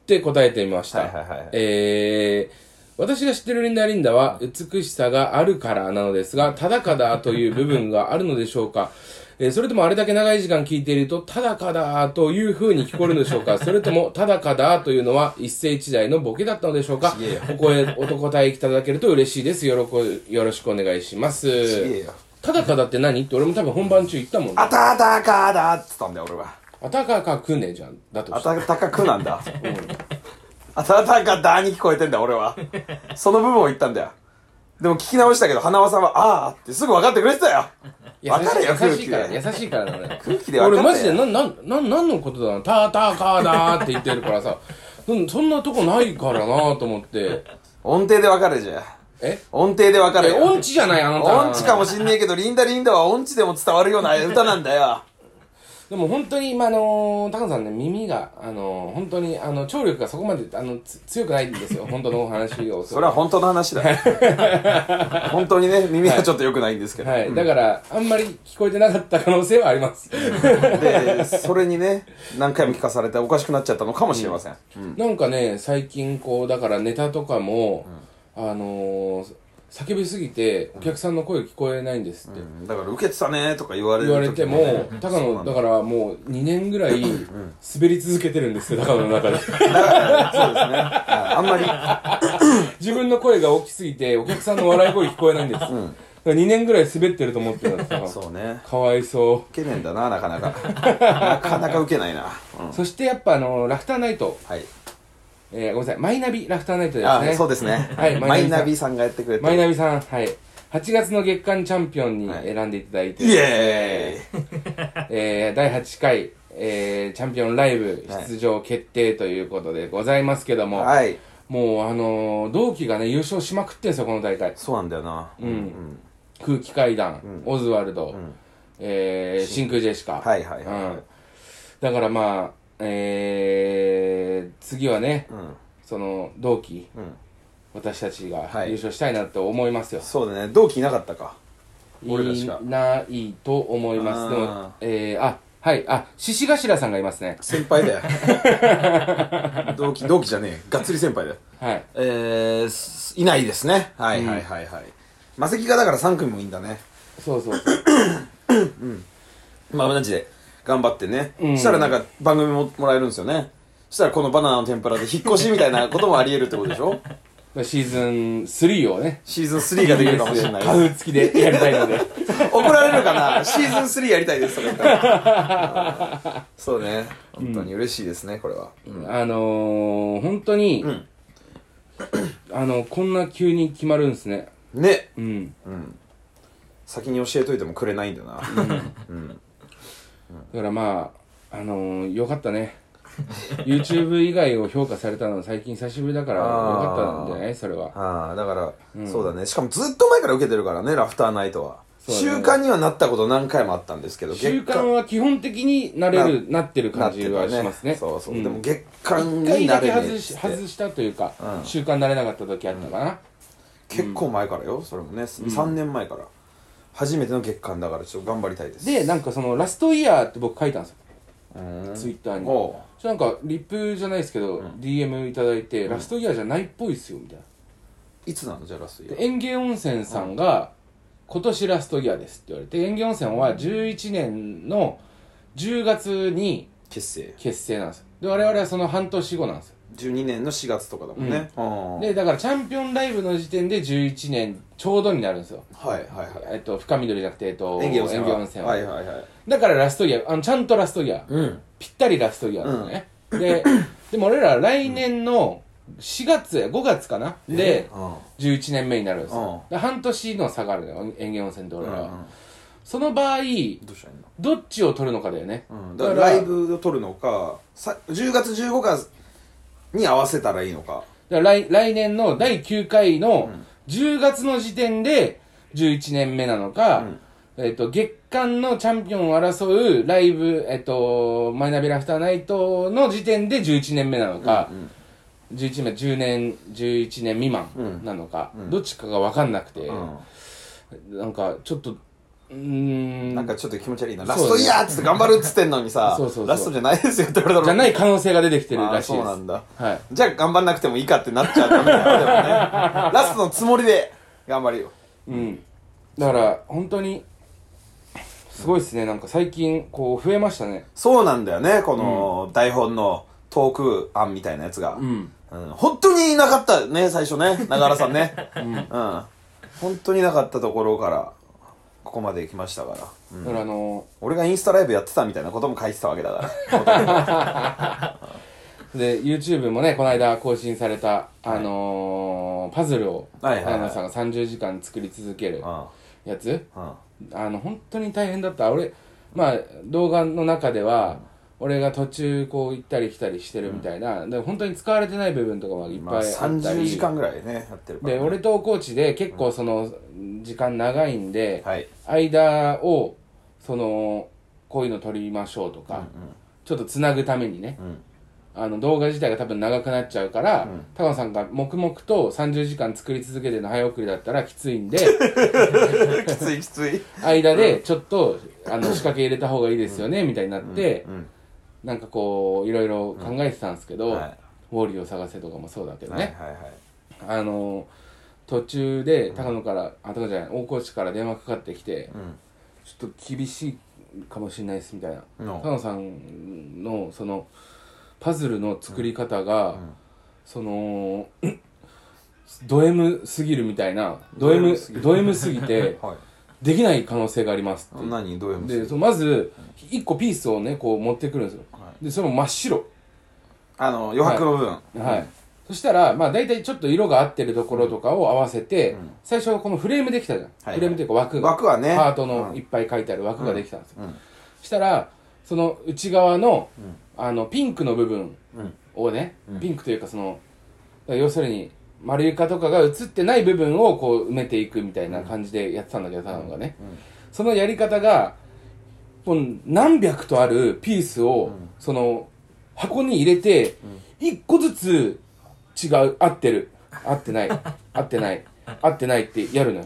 B: って答えてみました。
A: はいはいはい
B: えー私が知ってるリンダリンダは美しさがあるからなのですが、ただかだという部分があるのでしょうか、えーそれともあれだけ長い時間聞いていると、ただかだという風に聞こえるのでしょうかそれとも、ただかだというのは一世一代のボケだったのでしょうか
A: ちげえよ
B: お声、お答えいただけると嬉しいです。よろこよろしくお願いしま
A: ちげえ
B: す
A: よ。
B: ただかだって何って俺も多分本番中言ったもんね。
A: あたたかだっつったんだよ俺は
B: あたかかくねじゃん。だと
A: あ
B: したら
A: たたかくなんだうんあたたかだに聞こえてんだ俺はその部分を言ったんだよでも聞き直したけど花輪さんはああってすぐ分かってくれてたよ分かるよ
B: 優
A: 空
B: しい
A: 気
B: から、
A: で
B: 優しいからなのよ。
A: 空気で分
B: 俺
A: か
B: マ
A: っ
B: ジ
A: て
B: でな、な、な、なんのことだな、たーたーかーだーって言ってるからさ、 [LAUGHS] うんそんなとこないからなーと思って、
A: 音程で分かるじゃん
B: え
A: 音程で分かる
B: え、
A: よ
B: 音痴じゃないあなた。
A: 音痴かもしんねえけどリンダリンダは音痴でも伝わるような歌なんだよ
B: でも本当に、今あのー、高野さんね、耳が、あのー、本当に、あの、聴力がそこまで、あの、つ強くないんです
A: [LAUGHS]
B: よ。本当のお話をす
A: そ
B: る。
A: れは本当の話だ [LAUGHS] 本当にね耳はちょっと良くないんですけど、
B: はい。だから、あんまり聞こえてなかった可能性はあります。
A: でそれにね何回も聞かされておかしくなっちゃったのかもしれません、
B: [LAUGHS] なんかね最近こうだからネタとかも、あのー、叫びすぎてお客さんの声聞こえないんですって、
A: うんだから受けてたねとか言われる
B: 言われ
A: 時
B: て
A: も
B: も、
A: ね
B: 高
A: そうな
B: 野
A: ん
B: だからもう2年ぐらい滑り続けてるんですよ高野の中で [LAUGHS]
A: そうですねはいあんまり
B: 自分の声が大きすぎてお客さんの笑い声聞こえないんです、だから2年ぐらい滑ってると思ってたんですよ
A: そうね
B: かわいそう
A: 受けねえんだななかなかなかなか受けないな、うん
B: そしてやっぱあのラフターナイト、
A: はい
B: えーごめんなさいマイナビラフターナイトです
A: あ
B: ね
A: そうですね、
B: はい
A: マ
B: マ
A: イ
B: イ
A: ナ
B: ナ
A: ビ
B: ビ
A: さんがやってくれて
B: マイナビさんはい8月の月間チャンピオンに
A: はい
B: 選んでいただいて、
A: イエーイ
B: えー第8回、えーチャンピオンライブ出場決定ということでございますけども、
A: はい
B: もうあのー同期がね優勝しまくってんすよこの大会
A: そうなんだよなうん、
B: 空気階段、オズワルド、えー真空ジェシカ
A: はいはいはいはい
B: うん、だからまあえー次はね、その同期、私たちが
A: はい
B: 優勝したいなと思いますよ、
A: そうだね同期いなかったか俺らし
B: い
A: か
B: ないと思いますで
A: あー
B: もえーあはいあ獅子頭さんがいますね
A: 先輩だ [LAUGHS] よ同期同期じゃねえがっつり先輩だよ
B: はい
A: えーす、いないですねはい、はいはいはいマセキがだから3組もいいんだね
B: そうそうそう
A: まあマジで頑張ってね、そしたらなんか番組ももらえるんですよねそしたらこのバナナの天ぷらで引っ越しみたいなこともあり得るってことでし [LAUGHS] ょ
B: シーズン3をね、
A: シーズン3ができるかもしれない
B: カ付きでやりたいので。
A: 怒られるかなシーズン3やりたいですとか言ったら [LAUGHS] うんそうね本当に嬉しいですねこれは、
B: あのー、本当に、
A: ん
B: あの、こんな急に決まるんですね。
A: ね
B: うん。
A: 先に教えといてもくれないんだな
B: だからまあ、あのー、よかったね。 YouTube 以外を評価されたのは最近久しぶりだからよ
A: あー
B: かったんじゃないそれは
A: ああだから、そうだねしかもずっと前から受けてるからねラフターナイトは、
B: そうだね
A: 習慣にはなったこと何回もあったんですけど
B: 習
A: 月間
B: 慣は基本的になれるなってる
A: な
B: 感
A: って
B: じ
A: る
B: はしますね
A: そうそう、
B: ん
A: でも月間
B: 一回
A: にな
B: だけ
A: れねえっ
B: 外
A: つ
B: し
A: って
B: 外したというか、
A: うん
B: 習慣になれなかった時あったかな、
A: 結構前からよそれもね3年前から、初めての月間だからちょっと頑張りたいです
B: でなんかそのラストイヤーって僕書いたんですよ、
A: うーん
B: ツイッターに
A: おう
B: それなんかリップじゃないですけど、DM いただいて、ラストイヤーじゃないっぽいっすよみたいない
A: つなのじゃあラストイヤー
B: で園芸温泉さんが、今年ラストイヤーですって言われて園芸温泉は11年の10月に
A: 結成
B: 結成なんですよで我々はその半年後なんですよ
A: 12年の4月とかだもんね、うん
B: でだからチャンピオンライブの時点で11年ちょうどになるんですよ
A: はいはいはい
B: えっと深緑じゃなくて、えっと、
A: 演技温泉
B: 園芸温泉は、
A: はいはいはい
B: だからラストイヤーあのちゃんとラストイヤー、
A: うん
B: ぴったりラストイヤーなのね、
A: [COUGHS]
B: ででも俺ら来年の4月や5月かなで
A: うん
B: 11年目になるんですよ
A: う、ん
B: で半年の差があるのよ園芸温泉と俺らは、
A: うんうん
B: その場合
A: どうしたらいいの
B: どっちを取るのかだよね、
A: うん、だからライブを撮るのかさ10月15日に合わせたらいいのか
B: だから来来年の第9回の10月の時点で11年目なのか、えっと月間のチャンピオンを争うライブ、えっとマイナビラフターナイトの時点で11年目なのか、11年10年11年未満なのか、どっちかが分かんなくて、
A: うん
B: なんかちょっとうーん
A: なんかちょっと気持ち悪いな、
B: そ
A: ラ
B: うだ
A: スト
B: ね
A: イヤーっつって頑張るっつってんのにさ
B: [LAUGHS] そうそうそう
A: ラストじゃないですよって言われたら
B: じゃない可能性が出てきてるらしいで
A: あそ
B: す
A: うなんだ
B: はい
A: じゃあ頑張んなくてもいいかってなっちゃうダ
B: [LAUGHS]
A: メだよでもねラストのつもりで頑張るよ
B: うん、だから本当にすごいですねなんか最近こう増えましたね
A: そうなんだよねこの台本のトーク案みたいなやつが、
B: ん
A: うん本当になかったね最初ね永原さん
B: [LAUGHS]
A: ね、うん本当になかったところからここまで来ましたから、うん
B: だからあの
A: 俺がインスタライブやってたみたいなことも書いてたわけだから
B: [LAUGHS] で YouTube もねこの間更新された、あのーパズルを
A: は
B: 奈
A: い
B: 々、
A: はいはい
B: さんが30時間作り続けるやつ
A: うんうん
B: あの本当に大変だった俺まあ動画の中では、俺が途中こう行ったり来たりしてるみたいな、で本当に使われてない部分とかもいっ
A: ま
B: ぱ
A: あ
B: いあったり、
A: 30時間ぐらいねやってるから
B: で
A: ね、
B: 俺とコーチで結構その時間長いんで、
A: はい
B: 間をそのこういうの撮りましょうとか、ちょっとつなぐためにね、
A: ん
B: あの動画自体が多分長くなっちゃうから、高野さんが黙々と30時間作り続けてるの早送りだったらきついんで
A: [LAUGHS] きついきつい
B: 間でちょっとあの仕掛け入れた方がいいですよね、みたいになって、
A: うん
B: なんかこういろいろ考えてたんですけど、
A: うんはい
B: ウォーリーを探せとかもそうだけど
A: はい
B: ね、
A: はいはい
B: あの途中で高野から、あ高野じゃない大河内から電話かかってきて、
A: ん
B: ちょっと厳しいかもしれないですみたいな、
A: うん
B: 高野さんのそのパズルの作り方が、そのド M すぎるみたいなド M, ド M すぎ
A: [LAUGHS]
B: て
A: はい
B: できない可能性がありますって
A: 何どういうの
B: でそのまず1個ピースをねこう持ってくるんですよ、
A: は
B: でそれも真っ白
A: あの余白の部分、
B: はい、そしたら、まあ、大体ちょっと色が合ってるところとかを合わせて、最初はこのフレームできたじゃん、
A: はい
B: フレームというか枠が
A: 枠はね
B: ハートの
A: うん
B: いっぱい書いてある枠ができたんですよ、
A: うん
B: そしたらその内側の,、あのピンクの部分
A: うん
B: をね、ピンクというかその要するに丸床とかが映ってない部分をこう埋めていくみたいな感じでやってたんだけど、タナがね、そのやり方がもう何百とあるピースを、その箱に入れて、一個ずつ違う合ってる合って [LAUGHS] ない合ってない合ってないってやるのよ、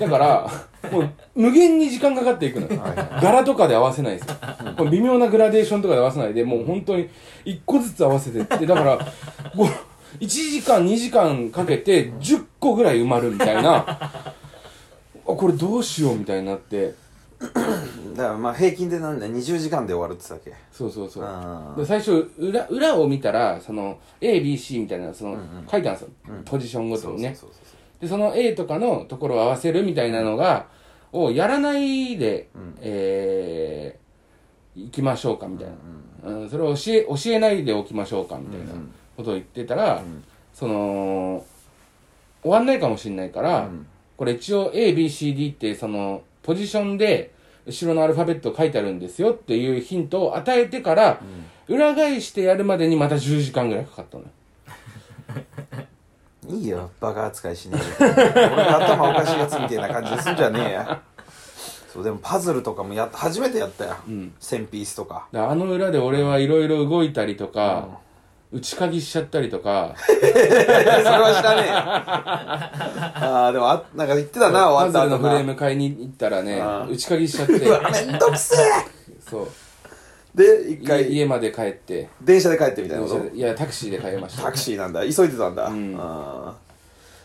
B: だからもう無限に時間かかっていくのよ柄とかで合わせないですよ、これ微妙なグラデーションとかで合わせないでもう本当に一個ずつ合わせてってだからこう1時間2時間かけて10個ぐらい埋まるみたいなあこれどうしようみたいになって
A: だからまあ平均でなんだ20時間で終わるって言ってたっ
B: そうそうそう
A: あー
B: で最初裏裏を見たらその ABC みたいなその、書いてあるんですよ、ポジションご
A: け
B: とにね
A: そうそうそうそう
B: でその A とかのところを合わせるみたいなのが、をやらないで、えー、行きましょうかみたいな、うんそれを教え教えないでおきましょうかみたいなことを言ってたら、その終わんないかもしれないから、これ一応 ABCD ってそのポジションで後ろのアルファベット書いてあるんですよっていうヒントを与えてから、裏返してやるまでにまた10時間ぐらいかかったのよ。
A: いいよバカ扱いしないで [LAUGHS] 俺の頭おかしいやつみたいな感じですんじゃねえやそうでもパズルとかもやっ初めてやったよ、1000ピースとか
B: だからあの裏で俺はいろいろ動いたりとか、打ち鍵しちゃったりとか、
A: それは知らねえよああでもあなんか言ってた [LAUGHS] な
B: パ
A: 終わっ
B: ズ
A: た
B: ルの
A: 後
B: フレー
A: な
B: ム買いに行ったらね
A: ああ、
B: 打ち鍵しちゃって、
A: うわめんどくせえ
B: そう。
A: で一
B: 家
A: 回
B: 家まで帰って、
A: 電車で帰ってみたいな
B: 電
A: こ
B: 車
A: と
B: でいや、タクシーで帰りました。
A: タクシーなんだ急いでたんだ、
B: ん
A: あ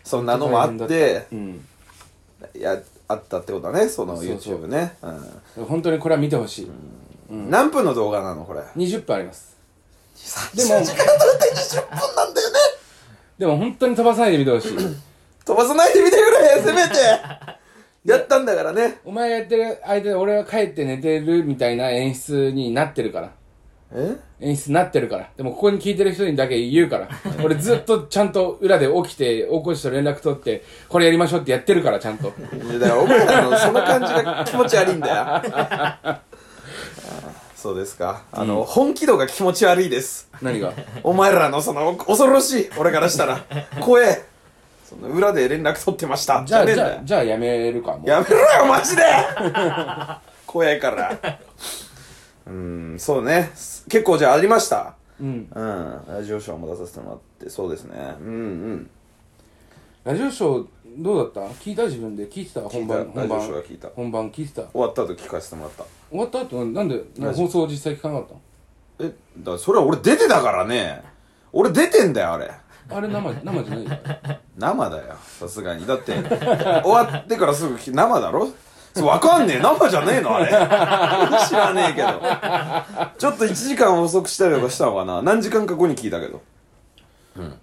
A: ーそんなのもあって
B: うん。
A: やあったってことだねその
B: そうそう
A: YouTube ね
B: 本当にこれは見てほしい。
A: うん、何分の動画なのこれ
B: 20分あります。
A: で
B: で
A: も
B: も
A: 時間取って20分なんだよね
B: [LAUGHS] でも本当に飛ばさないで見てほ
A: [LAUGHS]
B: しい。
A: 飛ばさないで見てくれせめ
B: [LAUGHS]
A: てやったんだからね
B: お前がやってる間で俺は帰って寝てるみたいな演出になってるから。
A: え
B: 演出になってるから。でもここに聞いてる人にだけ言う
A: [LAUGHS]
B: から。俺ずっとちゃんと裏で起きて、大越しと連絡取って、これやりましょうってやってるから、ちゃんと。
A: だからお前らのその感じが気持ち悪いんだよあーそうですかあの、本気度が気持ち悪いです
B: 何が
A: お前らのその恐ろしい俺からしたら怖えその裏で連絡取ってました
B: じゃあ、
A: ねえん
B: じ
A: だ
B: ゃ
A: よ
B: あ、じゃあやめるか、もう。
A: やめろよマジで怖いからうんそうね結構じゃあありました
B: うん。
A: うんラジオショーも出させてもらってそうですねうんうん
B: ラジオショー、どうだった聞いた自分で。聞いてた
A: 聞い
B: 本
A: たラ
B: 番、本
A: ジオショーが
B: 番。
A: 聞いた
B: 本番聞いてた。
A: 終わった後聞かせてもらった
B: 終わった後、なんで、
A: ラジオ
B: 放送実際聞かなかったの
A: えだからそれは俺出てたからね俺出てんだよあれ
B: あれ生、
A: [LAUGHS]
B: 生じゃないよあれ
A: 生だよさすがにだ
B: [LAUGHS]
A: って終わってからすぐ聞き生だろそうわかんねえ生じゃねえのあれ知らねえけどちょっと1時間遅くしたりとかしたのかな何時間か後に聞いたけどうん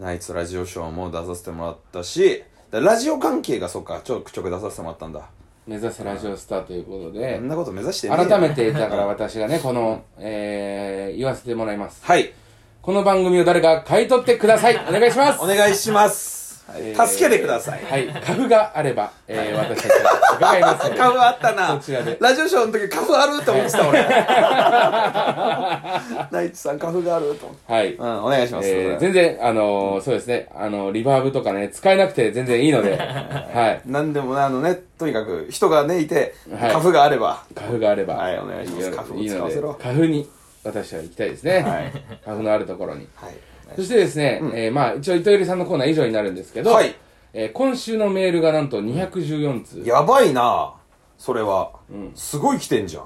A: ナイツラジオショーも出させてもらったしだラジオ関係がそっかちょくちょく出させてもらったんだ
B: 目指せラジオスターということで
A: そん、なこと目指してねえよ
B: 改めて、だから私がね、この、えー、言わせてもらいます。
A: はい
B: この番組を誰か買い取ってください。お願いします。
A: お願いします、はい
B: えー
A: 助けてください
B: はい。カフがあれば、えー、私たちは伺
A: [LAUGHS]
B: いますので
A: カフあったな
B: こちらで
A: ラジオショーの時カフあると思ってた
B: [LAUGHS]
A: 俺ナイツさんカフがあると思って
B: はい。
A: うんお願いします、
B: えー、全然、あのー、そうですね。あのー、リバーブとかね、使えなくて全然い
A: [LAUGHS]
B: いので、はい。
A: なんでもねあのねとにかく人がねいて、
B: はい
A: カフがあれば
B: カフがあれば、
A: はいお願いします
B: の
A: カフを
B: いい
A: 使
B: の
A: わせ
B: で
A: ろ、
B: カフに私は行きたいですね。
A: はい
B: カフのあるところに。
A: はい
B: そしてですね、えーまあ、一応、糸入さんのコーナー以上になるんですけど、
A: はい
B: えー今週のメールがなんと214通。
A: やばいなそれは、すごい来てんじゃん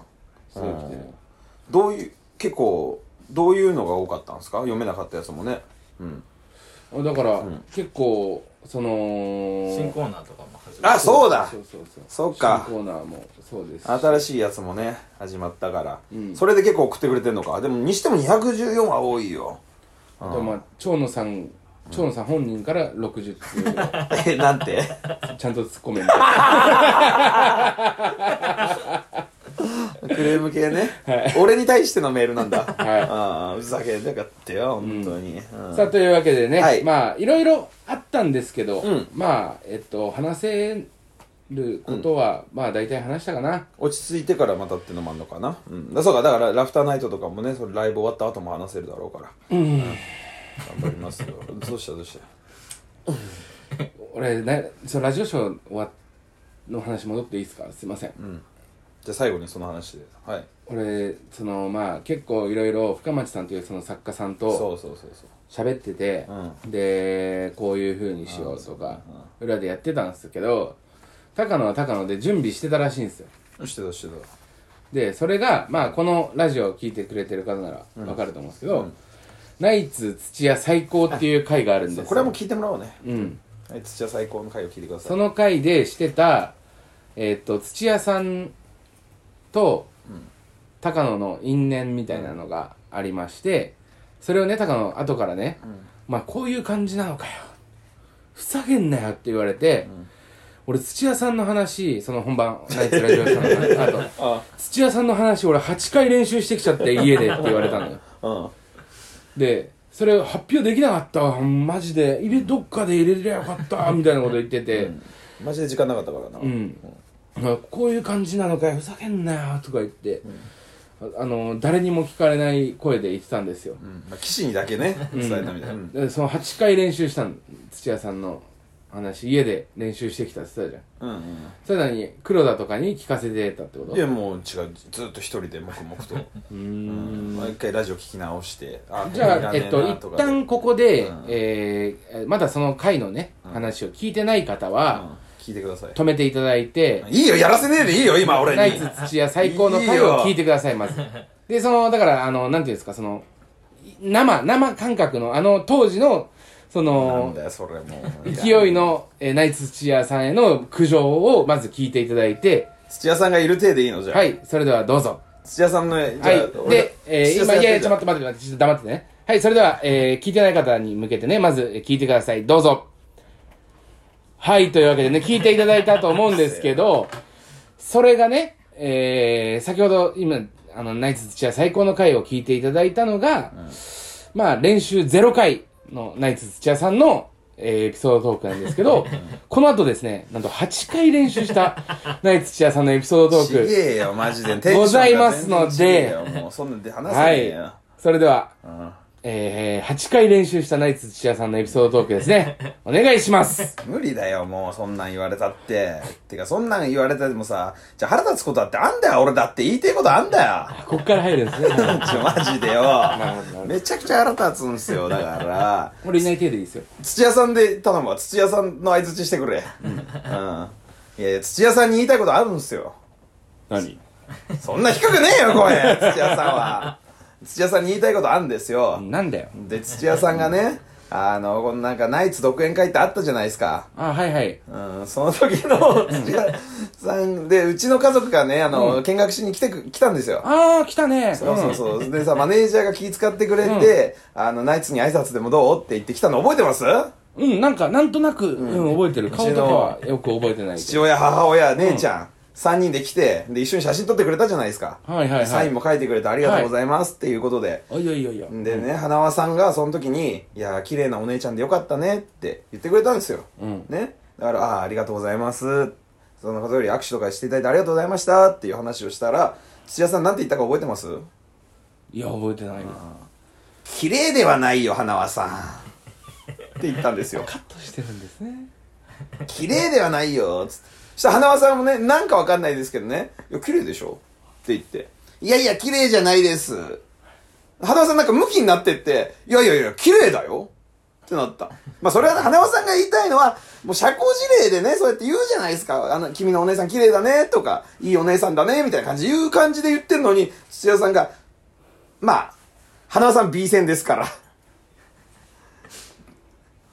B: すごい来てる
A: どういう結構どういうのが多かったんですか読めなかったやつもねうん
B: だから、結構、その、
C: 新コーナーとかも始め
A: あそうだ
B: そうそうそう。
A: そうか
B: 新コーナーもそうですし。
A: 新しいやつもね始まったから、
B: ん
A: それで結構送ってくれてんのかでもにしても214は多いよ [LAUGHS]
B: あと、まあ、蝶野さん、蝶野さん本人から60通
A: [LAUGHS]
B: ぐら
A: えなんて
B: い、ちゃんと突っ込める。
A: クレーム系ね、俺に対してのメールなん [LAUGHS] だ、
B: い
A: ああふざけんなかったよ本当に、うん
B: さあ、というわけでね、
A: はい
B: まあ、いろいろあったんですけど、
A: うん
B: まあ、えっと、話せることは、まあ、大体話したかな。
A: 落ち着いてからまたってのもあんのかな、うん、だそうかだからラフターナイトとかもねそれライブ終わった後も話せるだろうから、うん頑張りますよどうしたどうした
B: 俺、ね、そのラジオショー終わっの話戻っていいですかすいません。
A: じゃあ最後にその話ではい
B: 俺、その、まあ、結構いろいろ、深町さんというその作家さんと、
A: そうそうそうそう
B: 喋ってて、でこういう風にしようとか裏でやってたんですけど高野は高野で準備してたらしいんですよ
A: どうしてどうしてどう
B: でそれがまあこのラジオを聞いてくれてる方ならわかると思うんですけど、ナイツ土屋最高っていう回があるんですよ
A: これはもう聞いてもらおうね、
B: うん
A: はい、土屋最高の回を聞いてくださ
B: そ
A: い
B: の回でしてたえーっと土屋さんと高野の因縁みたいなのがありましてそれをね高野後からね、まあこういう感じなのかよふざけんなよって言われて、俺土屋さんの話その本番ナイツラジオさんの話 [LAUGHS] あと土屋さんの話俺8回練習してきちゃって家でって言われたのよ
A: うん
B: でそれ発表できなかったわマジで入れどっかで入れりゃよかったみたいなこと言ってて、
A: マジで時間なかったからな、
B: うん、こういう感じなのかよふざけんなよとか言って、ああの誰にも聞かれない声で言ってたんですよ、
A: うんまあ、騎士にだけね伝えたみたいな、うん
B: でその8回練習したの土屋さんの話家で練習してきたって言ってたじゃん
A: うん
B: それなのに黒田とかに聞かせてたってこ
A: う
B: と
A: ん、いやもう違うずっと一人で黙々
B: [LAUGHS]
A: と
B: うーん
A: 毎回ラジオ聞き直してあ
B: じゃ
A: こ
B: あ、
A: こい
B: え
A: らねえ
B: っと、
A: な
B: 一
A: かで
B: 旦ここで、
A: うん
B: えーまだその回のね、話を聞いてない方
A: うん
B: は、
A: 聞いてください
B: 止めていただいて、
A: いいよやらせねえでいいよ今俺
B: ナイ
A: に
B: ツ土屋最高の回を聞いてください、まず。で、その、だから、あの、なんていうんですか、その、い生、生感覚の、あの、当時の、そ
A: なん
B: の、
A: だよそれもう
B: 勢いの、えーナイツ土屋さんへの苦情を、まず聞いていただいて、
A: 土屋さんがいる体でいいのじゃあ、
B: はい、それではどうぞ。
A: 土屋さんのじゃあ、
B: はい。
A: 俺が
B: で、えー
A: 土屋
B: 今、
A: さん
B: いや
A: やっ
B: いや、ち
A: て
B: ょっと待って待って待って、ちょっと黙ってね。はい、それでは、えー聞いてない方に向けてね、まずえー聞いてください。どうぞ。はい、というわけでね、聞いていただいたと思うんですけど、それがね、えー先ほど、今、あの、ナイツ土屋最高の回を聞いていただいたのが、まあ、練習0回のナイツ土屋さんの、えーエピソードトークなんですけど、この後ですね、なんと8回練習したナイツ土屋さんのエピソードトー
A: ち
B: ク。
A: げえよマジで
B: ございますので
A: テンションが全然違えよもうそんなんで話せ
B: は
A: ねえ
B: い
A: よ、。
B: それでは、
A: うん
B: えー、8回練習したナイツ土屋さんのエピソードトークで
A: [LAUGHS]
B: すね。お願いします。
A: 無理だよもうそんなん言われたっててかそんなん言われたでもさじゃあ腹立つことだってあんだよ俺だって言いたいことあんだよ
B: こっから入る
A: [LAUGHS]
B: んですね。
A: ちょマジでよ
B: るほどなるほど
A: めちゃくちゃ腹立つんすよだから
B: 俺いない程度でいいですよ。
A: 土屋さんで頼むわ土屋さんの相づちしてくれうん、いやいや土屋さんに言いたいことあるんすよ
B: 何
A: そんな低くねえよ声土屋さんは土屋さんに言いたいことあるんですよ、
B: なんだよ。
A: で土屋さんがねあのこのなんかナイツ独演会ってあったじゃないですか
B: あ、はいはい。
A: うん、その時の土屋さんでうちの家族がねあの、見学しに来てく来たんですよ
B: あー、来たね。
A: そうそうそうでさマネージャーが気遣ってくれて、あのナイツに挨拶でもどうって言ってきたの覚えてます
B: うん。うん、なんか、なんとなく、うん、覚えてる。顔とかはよく覚えてないけ
A: 父親母親姉ちゃん、三3人で来てで一緒に写真撮ってくれたじゃないですか、
B: ど。はいはいは
A: サイ
B: い
A: ン。も書いてくれてありがとうございます、っていうことで
B: あ、いやいやいや。
A: でね、花輪さんがその時に「いやー綺麗なお姉ちゃんでよかったね」って言ってくれたんですよ、
B: うん
A: ねだから「ああーありがとうございます」そんなことより握手とかしていただいてありがとうございましたっていう話をしたら土屋さんなんて言ったか覚えてます
B: いや、覚えてないな。
A: 綺麗ではないよ花輪さんって言ったんですよ
B: としてるんですね。
A: 綺麗ではないよつってそしたら花輪さんもねなんかわかんないですけどね「いや綺麗でしょ」って言って「いやいや綺麗じゃないです」花輪さんなんか向きになってって「いやいやいや綺麗だよ」ってなったまあそれはね花輪さんが言いたいのはもう社交辞令でねそうやって言うじゃないですか「あの君のお姉さん綺麗だね」とか「いいお姉さんだね」みたいな感じ言う感じで言ってんのに土屋さんが「まあ花輪さん B 線ですから」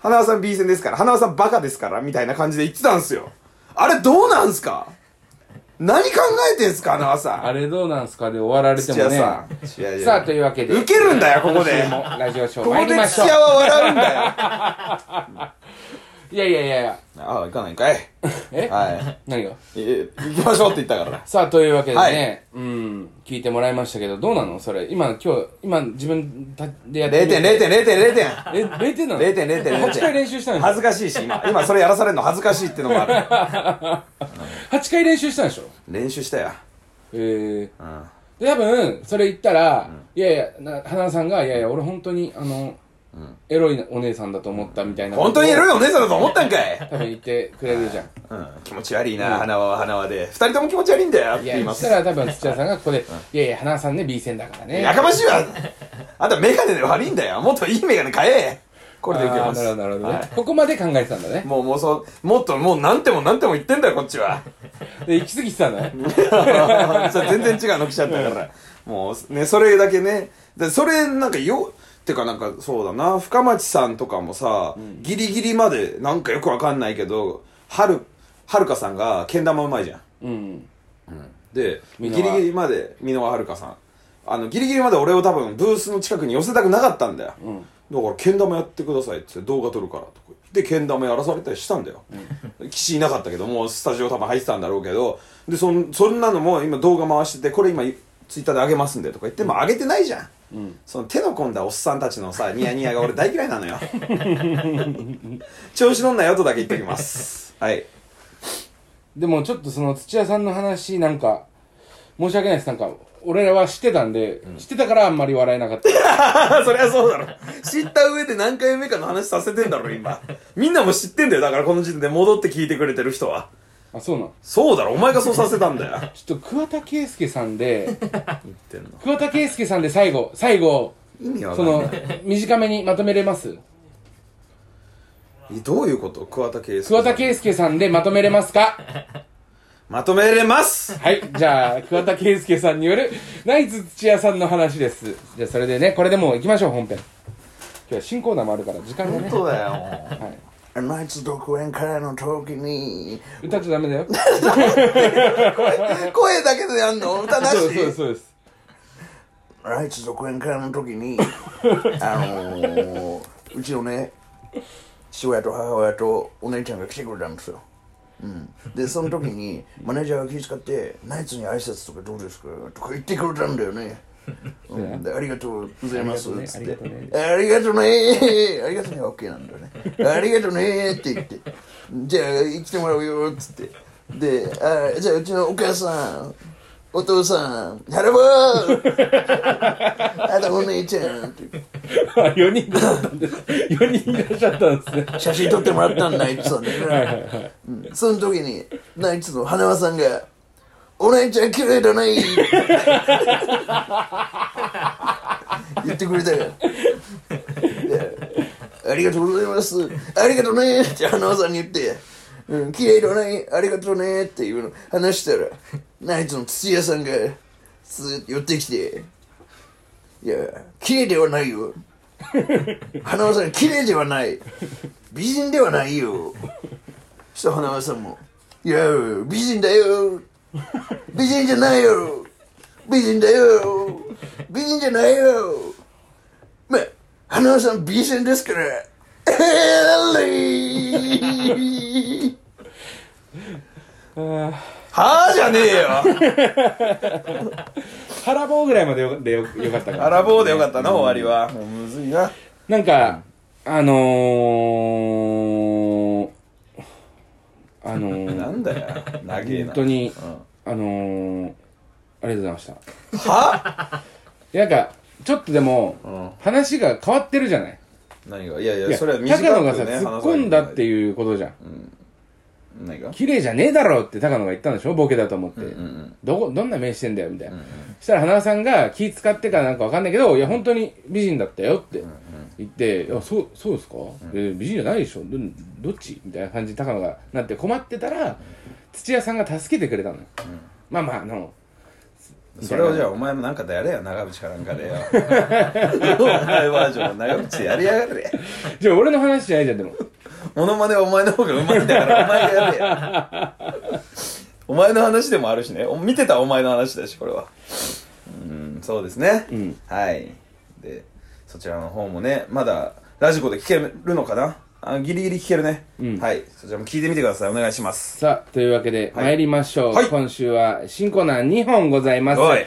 A: 花輪さん B 線ですから、花輪さんバカですから、みたいな感じで言ってたんすよ。あれどうなんすか何考えてんすか、花輪さん。
B: あれどうなんすかで終わられてもね。
A: さ
B: さ
A: ん。いやいや
B: あ、というわけで。
A: ウケるんだよ、ここで。
B: 今週もラジオショー
A: ここ
B: 参
A: で
B: りまし
A: 土
B: ょう
A: 屋。は笑うんだよ。
B: いやいやいやいや。
A: ああ、行かないんかい。
B: え
A: は
B: 何が
A: い。い行きましょうって言ったから。
B: さあ、というわけでね、
A: はい
B: うん、聞いてもらいましたけど、どうなのそれ。今、今日、今、自分たでやって
A: 0点、0点、0点、0点。
B: え、0点なの
A: 0点、0点、0
B: ?8 回
A: 点。
B: 練習したんでし
A: 恥ずかしいし、今。今それやらされるの恥ずかしいってのもある。
B: ょ ?8 回練習したんでしょ
A: 練習したよ。
B: え
A: うん。あ
B: ー、で、多分、それ言ったら、いやいや、な花田さんが、いやいや、俺本当に、あの、エロいなお姉さんだと思ったみたいな。
A: 本当にエロ
B: い
A: いお姉さんだと思ったんかい。
B: 多分言ってくれるじゃん。
A: うん。気持ち悪いな、花輪は花輪で。二人とも気持ち悪いんだよって
B: いや、
A: 言い
B: そ
A: ま
B: し
A: す
B: た。ら多分土屋さんがここで、いやいや、花田さんね、B 線だからね。
A: やかましいわあんたメガネで悪いんだよもっといいメガネ買えこれでいけ
B: あー
A: ます
B: なるほど、なるほどね、
A: は
B: ここまで考えてたんだね
A: い。もうもうそうもっともう何ても何ても言ってんだよこっちは
B: で、行き過ぎてたんだ
A: [LAUGHS]
B: ね。
A: それ全然違うの来ちゃったからもうねそれだけねでそれなんかよてかなんかそうだな深町さんとかもさ、ギリギリまでなんかよくわかんないけどはるはるかさんがけん玉うまいじゃん
B: うん。
A: でギ
B: 箕
A: リ
B: 輪
A: ギリまで箕輪はるかさんあのギリギリまで俺を多分ブースの近くに寄せたくなかったんだよ、
B: うん。
A: だからけん玉やってくださいっつって動画撮るからとか言ってでけん玉やらされたりしたんだよ、岸いなかったけどもうスタジオ多分入ってたんだろうけどでそんそんなのも今動画回しててこれ今ツイッターで上げますんでとか言っても上げてないじゃん、その手の込んだおっさんたちの
B: [LAUGHS]
A: さニヤニヤが俺大嫌いなのよ調子乗んなよとだけ言っておきますはい
B: でもちょっとその土屋さんの話なんか申し訳ないですなんか俺らは知ってたんで、知ってたからあんまり笑えなかった
C: [LAUGHS] そりゃそうだろ知った上で何回目かの話させてんだろ今みんなも知ってんだよだからこの時点で戻って聞いてくれてる人は
B: あそうなん
C: そうだろお前がそうさせたんだよ
B: ちょっと桑田佳祐さんで [LAUGHS]
C: 言ってんの
B: 桑田佳祐さんで最後最後
C: 意味わか
B: そ
C: んな
B: の
C: い
B: 短めにまとめれます
C: どういうこと桑田佳祐
B: 桑田佳祐さんでまとめれます
C: [LAUGHS]
B: か
C: まとめれます
B: はいじゃあ桑田佳祐さんによるナイツ土屋さんの話ですじゃあそれでねこれでもう行きましょう本編今日は新コーナーもあるから時間がね
C: そうだよ
B: はい
C: ナイツ独演会の時に
B: 歌っちゃダメだよ
C: 声だけでやんの歌なし
B: そうですそうです
C: ナイツ独演会の時 [LAUGHS] にあのー、うちのね父親と母親とお姉ちゃんが来てくれたんですよ、うん、でその時にマネージャーが気遣って「ナイツに挨拶とかどうですか?」とか言ってくれたんだよね、うん、でありがとうございますっつって「ありがとうね」「ありがとうね」は OK なんだよね「ありがとうね」って言って「じゃあ来てもらうよ」っつってであ「じゃあうちのお母さんお父さんやればあとお姉ちゃんって
B: [LAUGHS] 4人だったんです4人いらっしゃったんですね
C: 写真撮ってもらったんだナイツさん
B: [LAUGHS] はい
C: ね
B: はいはい
C: うんその時にナイツの花輪さんが「お姉ちゃん綺麗だね」 [LAUGHS] 言ってくれたからでありがとうございますありがとうね」って花輪さんに言って「うん、綺麗だねありがとうね」っていうの話したらナイツの土屋さんがすーっと寄ってきて「いや綺麗ではないよ」花輪さん綺麗ではない美人ではないよそしたら花輪さんも「いや美人だよ美人じゃないよ美人だよ美人じゃないよまあ花輪さん美人ですからえー
B: あー
C: はあじゃねえよ
B: 腹棒ぐらいまでよでよよかったから
C: ラボーでよかったな終わりはもうむずいな
B: [LAUGHS] なんか、あのー、あのー、
C: んだよ長え
B: 本当に、あのー、ありがとうございました。い
C: は
B: や、なんか、ちょっとでも、
C: ん
B: 話が変わってるじゃない
C: 何がいやい
B: いや、高野がさ、突っ込んだっていうことじゃん。
C: 何が
B: 綺麗じゃねえだろって高野が言ったんでしょボケだと思って、どこどんな目してんだよみたいな、そしたら花輪さんが気使ってかなんかわかんないけどいや本当に美人だったよって言って「あそうそうですか、えー美人じゃないでしょどどっち?」みたいな感じで高野がなって困ってたら、土屋さんが助けてくれたのよ、まあまああの
A: それをじゃあお前もなんかでやれよ長渕かなんかでよ
B: [LAUGHS]
A: お前バージョンの長渕やりやがれ
B: じゃあ俺の話じゃないじゃんでも
A: モノマネはお前の方がうまいんだからお前がやれよお前の話でもあるしねお見てたお前の話だしこれはうんそうですね、
B: ん
A: はいでそちらの方もねまだラジコで聞けるのかなあギリギリ聞けるね、
B: ん
A: はいそちらも聞いてみてくださいお願いします
B: さあというわけで参りましょう、
A: はい
B: 今週は新コーナー2本ございます
A: おい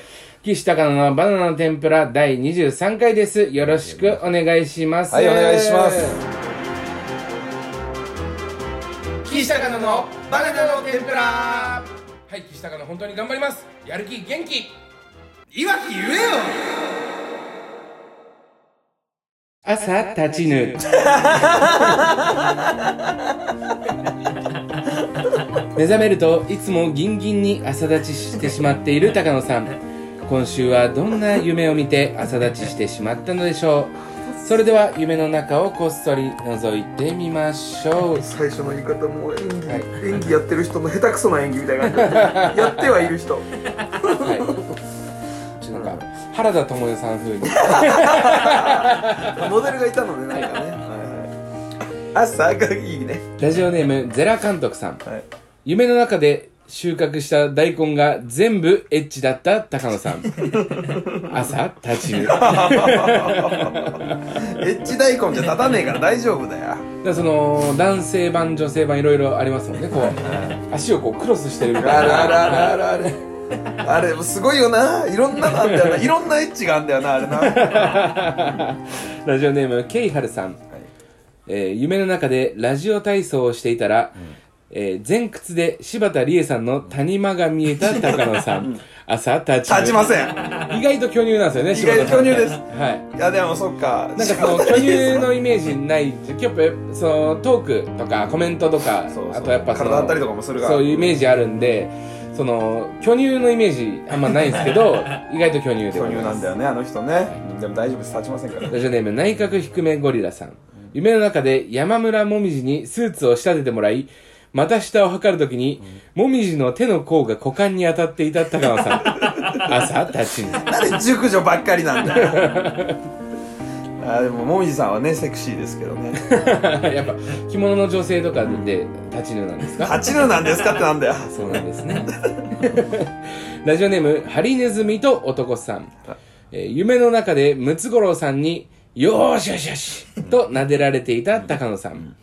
B: 岸高野のバナナの天ぷら第23回ですよろしくお願いします
A: はいお願いします
B: 岸高野のバナナの天ぷらはい岸高野本当に頑張りますやる気元気いわき言えよ朝立ち [LAUGHS] ぬ目覚めるといつもギンギンに朝立ちしてしまっている高野さん今週はどんな夢を見て朝立ちしてしまったのでしょうそれでは夢の中をこっそり覗いてみましょう
C: 最初の言い方も演技、演技やってる人の下手くそな演技みたいな感じやってはいる人
B: はいちょっとなんか原田知世さん風に
C: モデルがいたのでなんかね
A: 朝がいいね
B: ラジオネームゼラ監督さん、
A: はい
B: 夢の中で収穫した大根が全部エッチだった高野さん
A: [LAUGHS]
B: 朝立ちぬ
A: エッジ大根じゃ立たねえから大丈夫だよ
B: だからその男性版女性版いろいろありますもんねこう足をこうクロスしてるみたいな
A: あらあらあらあらあれあれすごいよないろんなのあんだよないろんなエッチがあんだよなあれな
B: ラジオネームケイハルさん、えー夢の中でラジオ体操をしていたら、えー前屈で柴田理恵さんの谷間が見えた高野さん。朝立ち。
A: 立ちません
B: [LAUGHS] 意外と巨乳なんですよね、
A: 意外と
B: 柴田さん
A: 巨
B: って
A: 乳です
B: はい。
A: いやでもそっか
B: なんかその巨乳のイメージないやっぱそのトークとかコメントとか
A: そうそう
B: あとやっぱその
A: 体当たりとかもするから
B: そういうイメージあるんでその巨乳のイメージあんまないんですけ
A: [LAUGHS]
B: ど意外と巨乳で
A: 巨乳なんだよねあの人ねでも大丈夫です立ちませんから
B: ラジオネーム内閣低めゴリラさん夢の中で山村もみじにスーツを仕立ててもらい股下を測るときに、もみじの手の甲が股間に当たっていた高野さ
A: [LAUGHS]
B: ん朝立ちに
A: なんで熟女ばっかりなんだよあーでももみじさんはねセクシーですけどね
B: [LAUGHS] やっぱ着物の女性とかで立ちぬなんですか
A: 立ちぬなんですかってなんだよ
B: そうなんですね。 [LAUGHS] ラジオネーム、ハリネズミと男さん。えー夢の中でムツゴロウさんに、よーしよしよしと撫でられていた高野さん。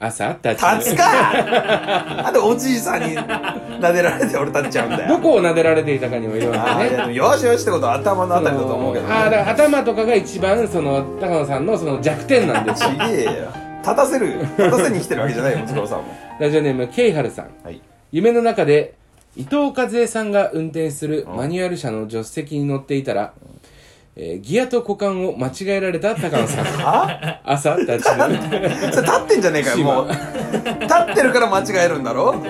B: 朝、立ち
A: 立つかあとおじいさんに撫でられて俺立っちゃうんだ
B: ど
A: よ
B: こを撫でられていたかにもよるんで
A: あーいや
B: ね。
A: でもよしよしってことは頭のあたりだと思うけど
B: あーだ
A: ね
B: から頭とかが一番その高野さんのその弱点なんです
A: ちげえよ立たせるよ立たせに来てるわけじゃないよムツゴロウさんも
B: ラジオネームケイハルさん
A: はい
B: 夢の中で伊藤和恵さんが運転するマニュアル車の助手席に乗っていたら、えーギアと股間を間違えられた高野さん
A: あ
B: 朝立ちぬ
A: それ立ってんじゃねえかよもう立ってるから間違えるんだろ先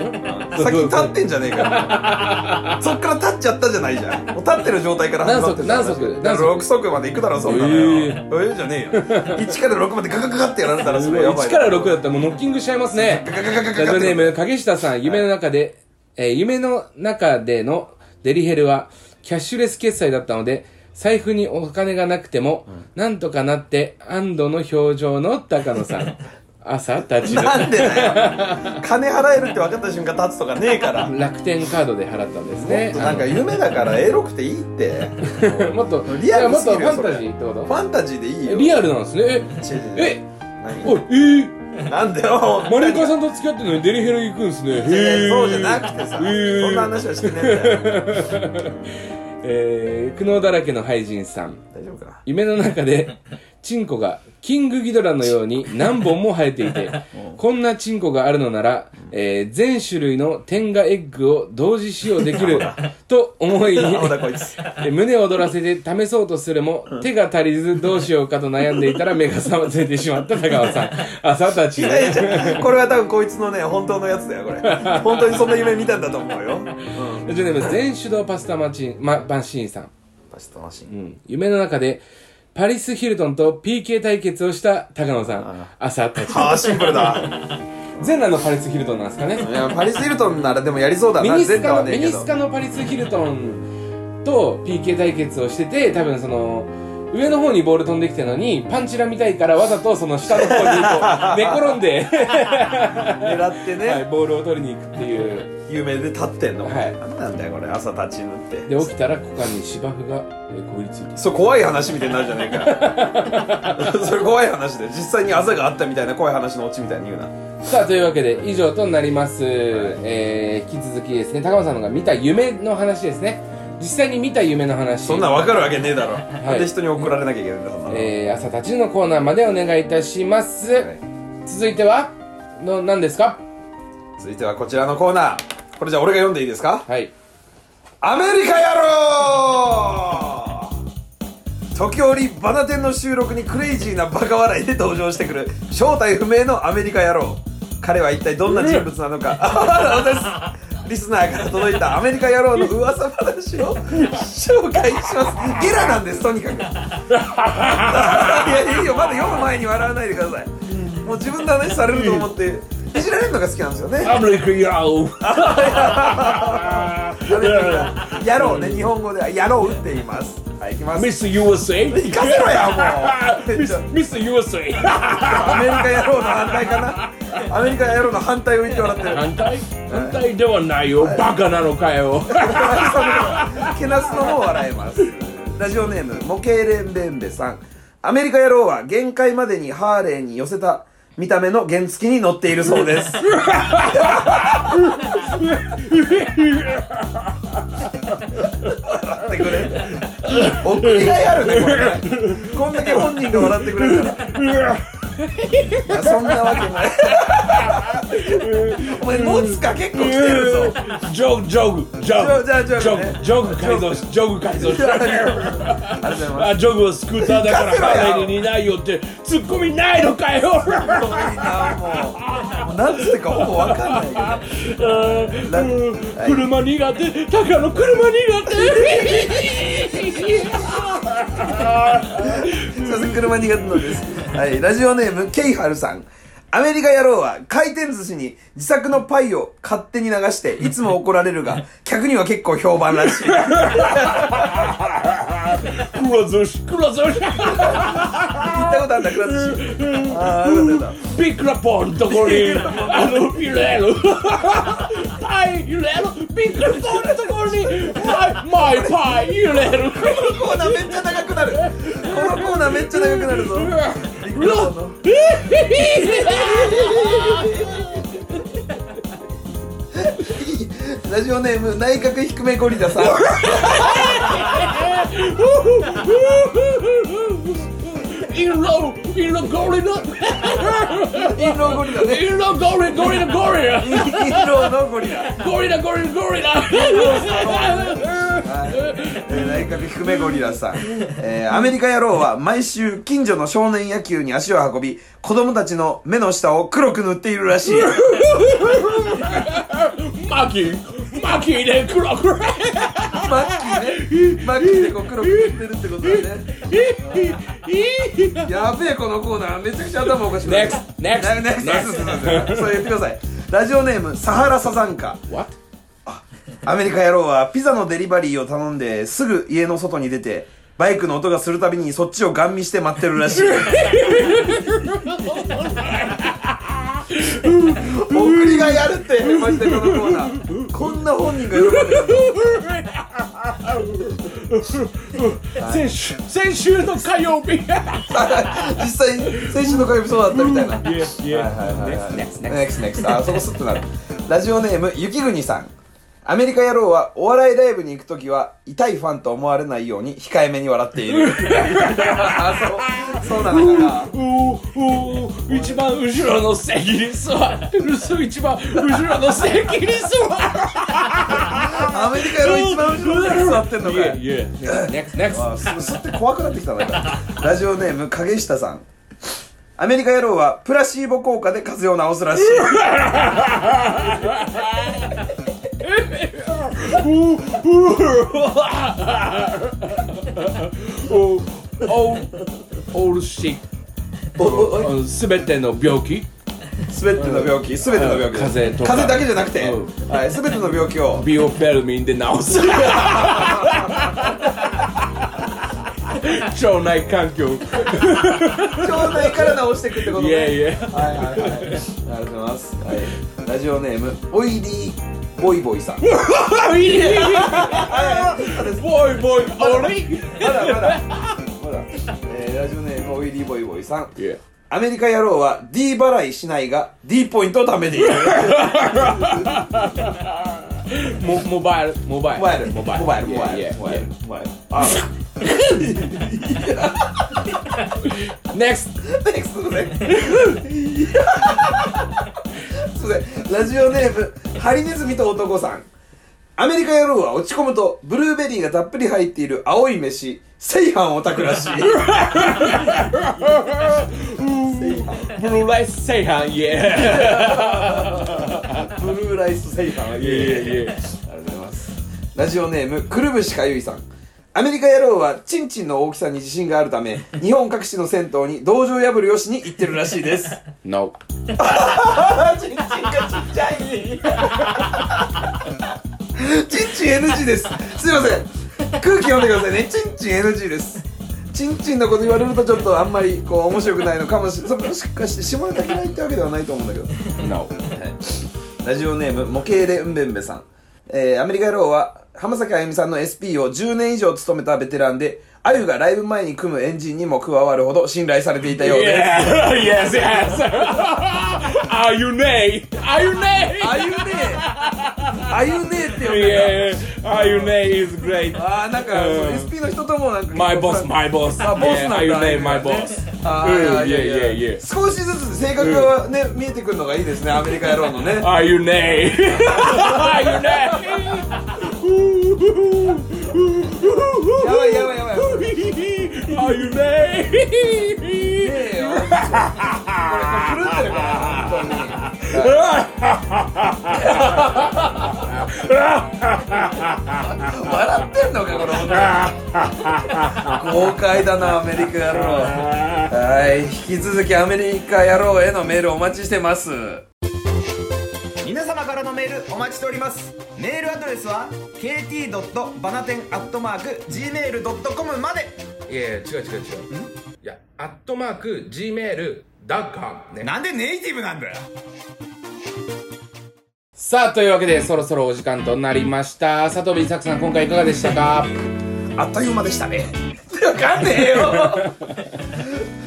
A: に立ってんじゃねえかよそっから立っちゃったじゃないじゃんもう立ってる状態から始まってる
B: 何足何足何足
A: 6足まで行くだろそんなの
B: え
A: よえーじゃねえよ1から6までガガガガってやられたらそれやばい
B: 1から6だったらもうノッキングしちゃいますね
A: ガガガガガガ
B: ラジオネーム影下さん夢の中で、えー夢の中でのデリヘルはキャッシュレス決済だったので財布にお金がなくても、なんとかなって安堵の表情の高野さん朝立ちぬ
A: なんでだよ金払えるって分かった瞬間立つとかねえからも
B: 楽天カードで払ったんですね
A: っとなんか夢だからエロくていいって
B: あのもっと
A: リアル
B: もっ
A: す
B: と
A: ぎる
B: フ
A: よ
B: ァンタジーってこ
A: フ
B: と
A: ァンタジーでいい
B: え
A: よ
B: リアルなんですね
A: 違う違う違う
B: ええお
A: 何
B: いえー
A: なんだよ
B: マリオカさんと付き合ってるのにデリヘル行くんですね。へー
A: そうじゃなくてさ、
B: へー
A: そんな話はしてねえんだよ
B: えー、苦悩だらけの俳人さん。
A: 大丈夫かな
B: 夢の中で、 [LAUGHS] チンコがキングギドラのように何本も生えてい
A: [LAUGHS]
B: て、こんなチンコがあるのなら、えー、全種類の天下エッグを同時使用できる、と思
A: [LAUGHS]
B: い、
A: ほらこいつ
B: えー胸を躍らせて試そうとするも、手が足りずどうしようかと悩んでいたら目が覚めてしまった高
A: [LAUGHS]
B: 川さん。朝たち
A: いやいや違うこれは多分こいつのね本当のやつだよこれ本当にそんな夢見たんだと思うよ、うん、
B: ラジオネーム全手動パスタマチン、ま、マシーンさん。
A: パスタマシ
B: う
A: ン
B: ん夢の中で、パリス・ヒルトンと PK 対決をした高野さん。朝たち。
A: ああシンプルだ
B: 全裸のパリス・ヒルトンなんですかね。
A: いやパリス・ヒルトンならでもやりそうだ
B: ミ
A: な
B: ニス
A: [LAUGHS] 全
B: カ
A: 裸は
B: の、
A: ね
B: ミ
A: えけ
B: ニ
A: ど
B: スカのパリス・ヒルトンと PK 対決をしてて、多分その、上の方にボール飛んできてるのに、パンチラみたいからわざとその下の方にこう寝
A: [LAUGHS]
B: 転んで、
A: 狙ってね、
B: はい、ボールを取りに行くっていう。
A: 夢で立ってんの、
B: はい
A: なんなんだよこれ朝立ちぬって
B: で、起きたら股間に芝生がえーこびりついている
A: そう怖い話みたいになるじゃねえか [LAUGHS] それ怖い話で実際に朝があったみたいな怖い話のオチみたいに言うな
B: さあというわけで以上となります、えー、引き続きですね高野さんのが見た夢の話ですね実際に見た夢の話
A: そんなん分かるわけねえだろ、
B: い
A: で人に怒られなきゃいけないんだそんなの、
B: えー、朝たちのコーナーまでお願いいたします、
A: はい
B: 続いてはの何ですか
A: 続いてはこちらのコーナーこれじゃあ俺が読んでいいですか [LAUGHS]
B: はい
A: アメリカ野郎時折バナテンの収録にクレイジーなバカ笑いで登場してくる正体不明のアメリカ野郎彼は一体どんな人物なのか、あなるほどですリスナーから届いたアメリカ野郎の噂話を紹介しますゲラなんですとにかくいやいいよまだ読む前に笑わないでくださいもう自分の話されると思っていじられるのが好きなんですよね
B: アメリカ野郎
D: [LAUGHS]
A: やろうね、日本語ではやろうって言います。はい、行きます。
B: ス USA
A: 行かせろや、もう。ちょ
B: ミス USA
A: アメリカやろうの反対かな。アメリカやろうの反対を言ってもらってる。
B: 対反対ではないよバカなのかよ
A: けなすのも笑えます。ラジオネーム、モケーレンベンベさん。アメリカ野郎は限界までにハーレーに寄せた見た目の原付に乗っているそうです。笑ってくれ。おくりがいあるね、これね。こんだけ本人が笑ってくれるから。いやそんなわけない。お前持つか結構来てるぞ
D: ジョグジョグジョグ
A: ジョグジョグね
D: ジョグジョグ改造しジョグ改造し
A: ありがとうございます
D: あジョグはスクーターだから
A: 行かせろよ
D: ハーレーに似ないよってツッコミないのかよ
A: [LAUGHS] いい
D: [LAUGHS]
A: なもうもうなんつってかほぼわかんない
D: [LAUGHS]
A: け
D: うん
A: ど
D: うん車苦手タカの車苦
A: すいません車苦手なんですはいラジオネームケイハルさんアメリカ野郎は回転寿司に自作のパイを勝手に流していつも怒られるが客には結構評判らしい
D: 手黒寿司黒寿司
A: 行ったことあんだくら寿司ああよかったよかっ
D: ビッグラポンのところにあの揺れるパイ揺れるビッグラポンのところにパイマイパイ揺れる
A: たコーナーめっちゃ長くなるこのコーナーめっちゃ長くなるぞビッグラボンのラジオネーム内角低めゴリラさん
D: インロインロゴリ
A: イ
D: ラ
A: ンローゴリラね
D: インロゴリラゴリラゴリラ
A: インローのゴリラ
D: ゴリラゴリラゴリラ
A: えー内角低めゴリラさん、えーアメリカ野郎は毎週近所の少年野球に足を運び子供たちの目の下を黒く塗っているらしい
D: マキマキで黒く
A: マッキーねマッキーでこう黒く塗ってるってことだねやべえこのコーナーめちゃくちゃ頭おかしくなる
D: Next
A: ね
D: Next
A: next すいませんそう言ってくださいラジオネームサハラサザンカ
D: What?
A: アメリカ野郎はピザのデリバリーを頼んですぐ家の外に出てバイクの音がするたびにそっちをガン見して待ってるらしい送りがやるってマジでこのコーナーこんな本人が喜んでる
D: 先週先週の火曜日
A: 実際先週の火曜日そうだったみたいな
D: Yes,
A: ネクスネクスあそこスッとなるラジオネーム雪国さんアメリカ野郎はお笑いライブに行く時は痛いファンと思われないように控えめに笑っているあそうそうなのかな
D: おーおー一番後ろの席に座ってる人一番後ろの席に座
A: アメリカ野郎一番後ろに座ってんのかい
D: Yeah, next, next.
A: あすすって怖くなってきたなラジオネーム影下さんアメリカ野郎はプラシーボ効果で風邪を治すらしい
D: おおオールシ
A: おおお
D: ッすべての病気
A: 全ての病気全ての病気
D: 風邪とか
A: 風邪だけじゃなくて、
D: う
A: はい、全ての病気を
D: ビオフェルミンで治す腸内環境
A: 腸内から治していくってこと
D: い
A: ね
D: やいや
A: はいはいはい。ありがとうございます。はい。ラジオネームオイリーボイボイさん。
D: ボイボイオリ
A: まだまだまだ。えーラジオネームオイリーボイボイさん。
D: Yeah.
A: アメリカ野郎は D 払いしないが D ポイントを貯めている。
D: モモバイルモバイ
A: モ
D: ル
A: バイル
D: モバイル
A: モバイルモバイル
D: Yeah, yeah,
A: モバイ
D: yeah.
A: ルモバイル。あ、
D: Next
A: ネクストね。すいませんラジオネームハリネズミと男さん。アメリカ野郎は落ち込むとブルーベリーがたっぷり入っている青い飯、セイハンを炊くらしい。
D: ブルーライス製飯 Yeah
A: ブルーライスセイハンはい
D: Yeah,
A: ありがとうございますラジオネームくるぶしかゆいさんアメリカ野郎はチンチンの大きさに自信があるため日本各地の銭湯に道場破りをしに行ってるらしいです
D: No
A: あチンチンがちっちゃいチンチン NG ですすいません空気読んでくださいねチンチン NG ですチンチンのこと言われるとちょっとあんまりこう面白くないのかもしれないもしかして下ネタ嫌いってわけではないと思うんだけど
D: No
A: ラジオネーム模型でうんべんべさん、えーアメリカ野郎は浜崎あゆみさんの SP を10年以上務めたベテランで、あゆがライブ前に組むエンジンにも加わるほど信頼されていたようです。
B: Yeah, yes, yes. Are you Nay? Are you Nay?
A: あゆねえあゆねえって呼んだ
B: Yeah, Are you Nay is great.
A: ああーなんか、その SP の人ともなんか
B: My boss, my boss.
A: あボスなんだ
B: Yeah, Are
A: あれ
B: you Nay, my
A: だね
B: boss.
A: あ
B: うん
A: ーいやいや
B: yeah,
A: い
B: yeah,
A: や少しずつ性格がね、見えてくるのがいいですねアメリカ野郎の [LAUGHS] ね
B: Are you [LAUGHS] Nay? Are you Nay?
A: やばいやばいやばいね
B: [LAUGHS] Are you Nay?
A: えよこれもう狂ってるから本当に笑ってんのかこの女豪快だなアメリカ野郎はい引き続きアメリカ野郎へのメールお待ちしてます
E: 皆様からのメールお待ちしておりますメールアドレスは kt. バナテンアットマーク gmail.com まで
B: いやいや違う違う違ういやアットマーク Gmail ダッカね
E: なんでネイティブなんだよ
B: さあというわけでそろそろお時間となりました佐藤 B 作さん今回いかがでしたか
A: あっという間でしたね。わかんねえ [LAUGHS] よ。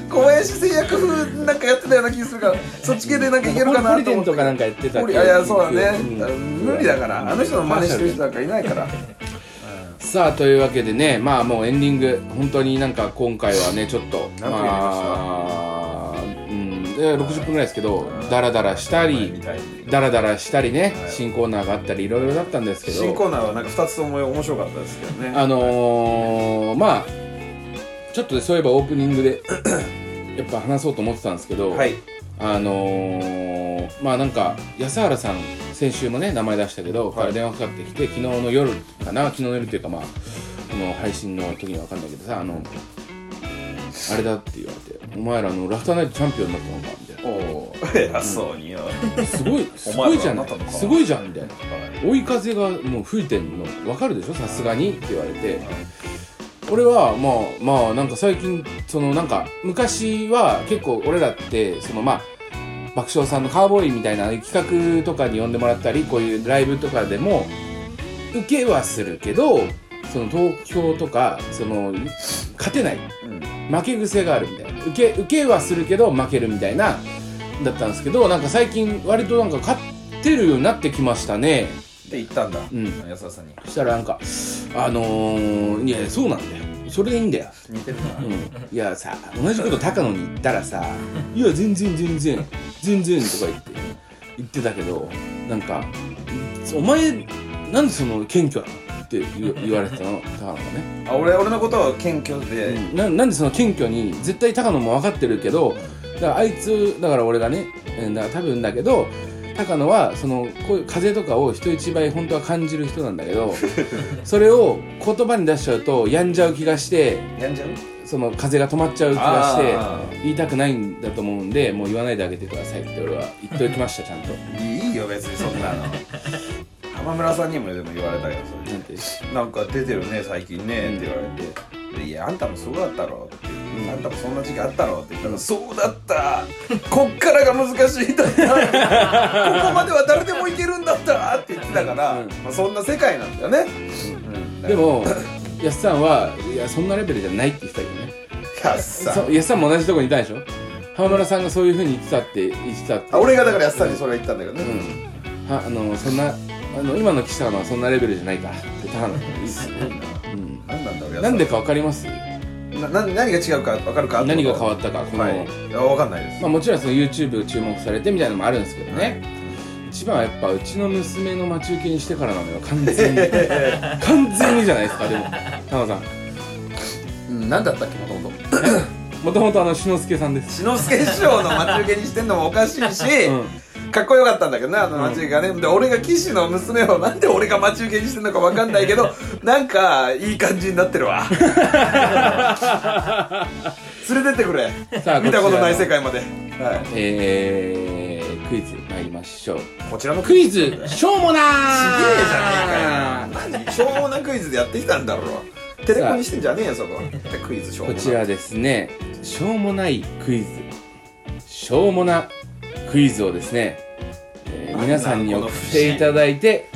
A: 小林製薬風なんかやってたような気がするから、そっち系でなんかいけるか
B: ホ
A: な
B: リ
A: と
B: デ
A: 思
B: ン
A: って。
B: とかなんかやってた
A: ホ
B: け
A: リ
B: ど
A: あいやそうだね
B: うん。
A: 無理だから、あの人の真似してる人なんかいないから。
B: さあというわけでねまあもうエンディング本当になんか今回はねちょっと
A: 何分やりました
B: まあうんで60分ぐらいですけどダラダラしたりダラダラしたりね新コーナーがあったりいろいろだったんですけど
A: 新コーナーはなんか二つとも面白かったですけどね。
B: あのー、まあちょっとねそういえばオープニングで [CLEARS THROAT] やっぱ話そうと思ってたんですけど、
A: はい。
B: あのー、まあなんか安原さん先週もね名前出したけど、から電話かかってきて昨日の夜かな昨日の夜っていうかまあこの配信の時には分かんないけどさあのあれだって言われて「お前らあのラフターナイトチャンピオンになったのか」みたい
A: おお [LAUGHS] ー、偉そうによ。
B: な「すごいす
A: お
B: ご
A: 前
B: いじゃ
A: らな
B: な
A: っ
B: い
A: たのか
B: すごいじゃん」みたいな追い風がもう吹いてんの分かるでしょさすがにって言われて俺はまあまあなんか最近そのなんか昔は結構俺らってそのまあ爆笑さんのカーボーイみたいなああいう企画とかに呼んでもらったりこういうライブとかでも受けはするけどその東京とかその勝てない
A: うん
B: 負け癖があるみたいな受け受けはするけど負けるみたいなだったんですけどなんか最近割となんか勝ってるようになってきましたね
A: って言ったんだ。
B: うん
A: 安田さんに。
B: そしたらなんかあのー、いやそうなんだよそれでいいんだよ、
A: 似てる
B: う
A: な。
B: ん、いやさ同じこと高野に言ったらさ「いや全然全然全然」とか言って言ってたけどなんか「お前なんでその謙虚なの?」って言言われてたの高野がね
A: あ、俺俺のことを謙虚で。
B: ななんでその謙虚に絶対高野も分かってるけどだからあいつだから俺がねえーだから多分だけど高野はそのこういう風とかを人一倍本当は感じる人なんだけ
A: [LAUGHS]
B: どそれを言葉に出しちゃうと病んじゃう気がして
A: やんじゃう？
B: その風が止まっちゃう気が
A: あ
B: して言いたくないんだと思うんでもう言わないであげてくださいって俺は言っておきましたちゃんと。
A: いいよ別にそんな [LAUGHS] の浜村さんにもでも言われたけどそ
B: なんて
A: れなんか出てるね最近ねって言われて「でいやあんたもそうだったろ」って「あんたもそんな時期あったろ」って言ったら「そうだったこっからが難しいんだったここまでは誰でもいけるんだった」って言ってたから、
B: うん
A: まあ、そんな世界なんだよね、うん
B: でもやっさんはいやそんなレベルじゃないって言ってたけどね。
A: 安さん
B: そう安さんも同じとこにいたでしょ浜村さんがそういうふうに言ってたって言ってたって
A: あ俺がだから安さんにそれは言ったんだけどね、
B: うんはあのそんなあの今の記者のはそんなレベルじゃないからって高野君言ってたうん
A: 何なんだ俺安さ
B: なんんでか分かります
A: なな何が違うか分かるか
B: 何が変わ
A: っ
B: ったかこ
A: た
B: の、
A: はいいや分かんないです、
B: まあ、もちろんその YouTube 注目されてみたいなのもあるんですけどね、一番はやっぱうちの娘の待ち受けにしてからなのよ完
A: [LAUGHS]
B: 全に完全にじゃないですかでも高野さん
A: うん、何だったっけもと [LAUGHS] もと
B: もともとあの志の輔さんです
A: 志の輔師匠の待ち受けにしてんのもおかしいし、かっこよかったんだけどなあの待ち受けがね、で俺が岸の娘をなんで俺が待ち受けにしてんのかわかんないけどなんかいい感じになってるわ連れてってくれ
B: さあ
A: 見たことない
B: こち
A: 世
B: ら
A: 界
B: の
A: まで、はい、
B: えー、クイズ参りましょう
A: こちらの
B: クイズしょうもなー
A: すげえじゃねえかよ何しょうもなクイズでやってきたんだろうテレコにしてんじゃねえよそこクイズしょうも
B: こ
A: な
B: ちらですねしょうもないクイズしょうもなクイズをですね、えー皆さんに送っていただいて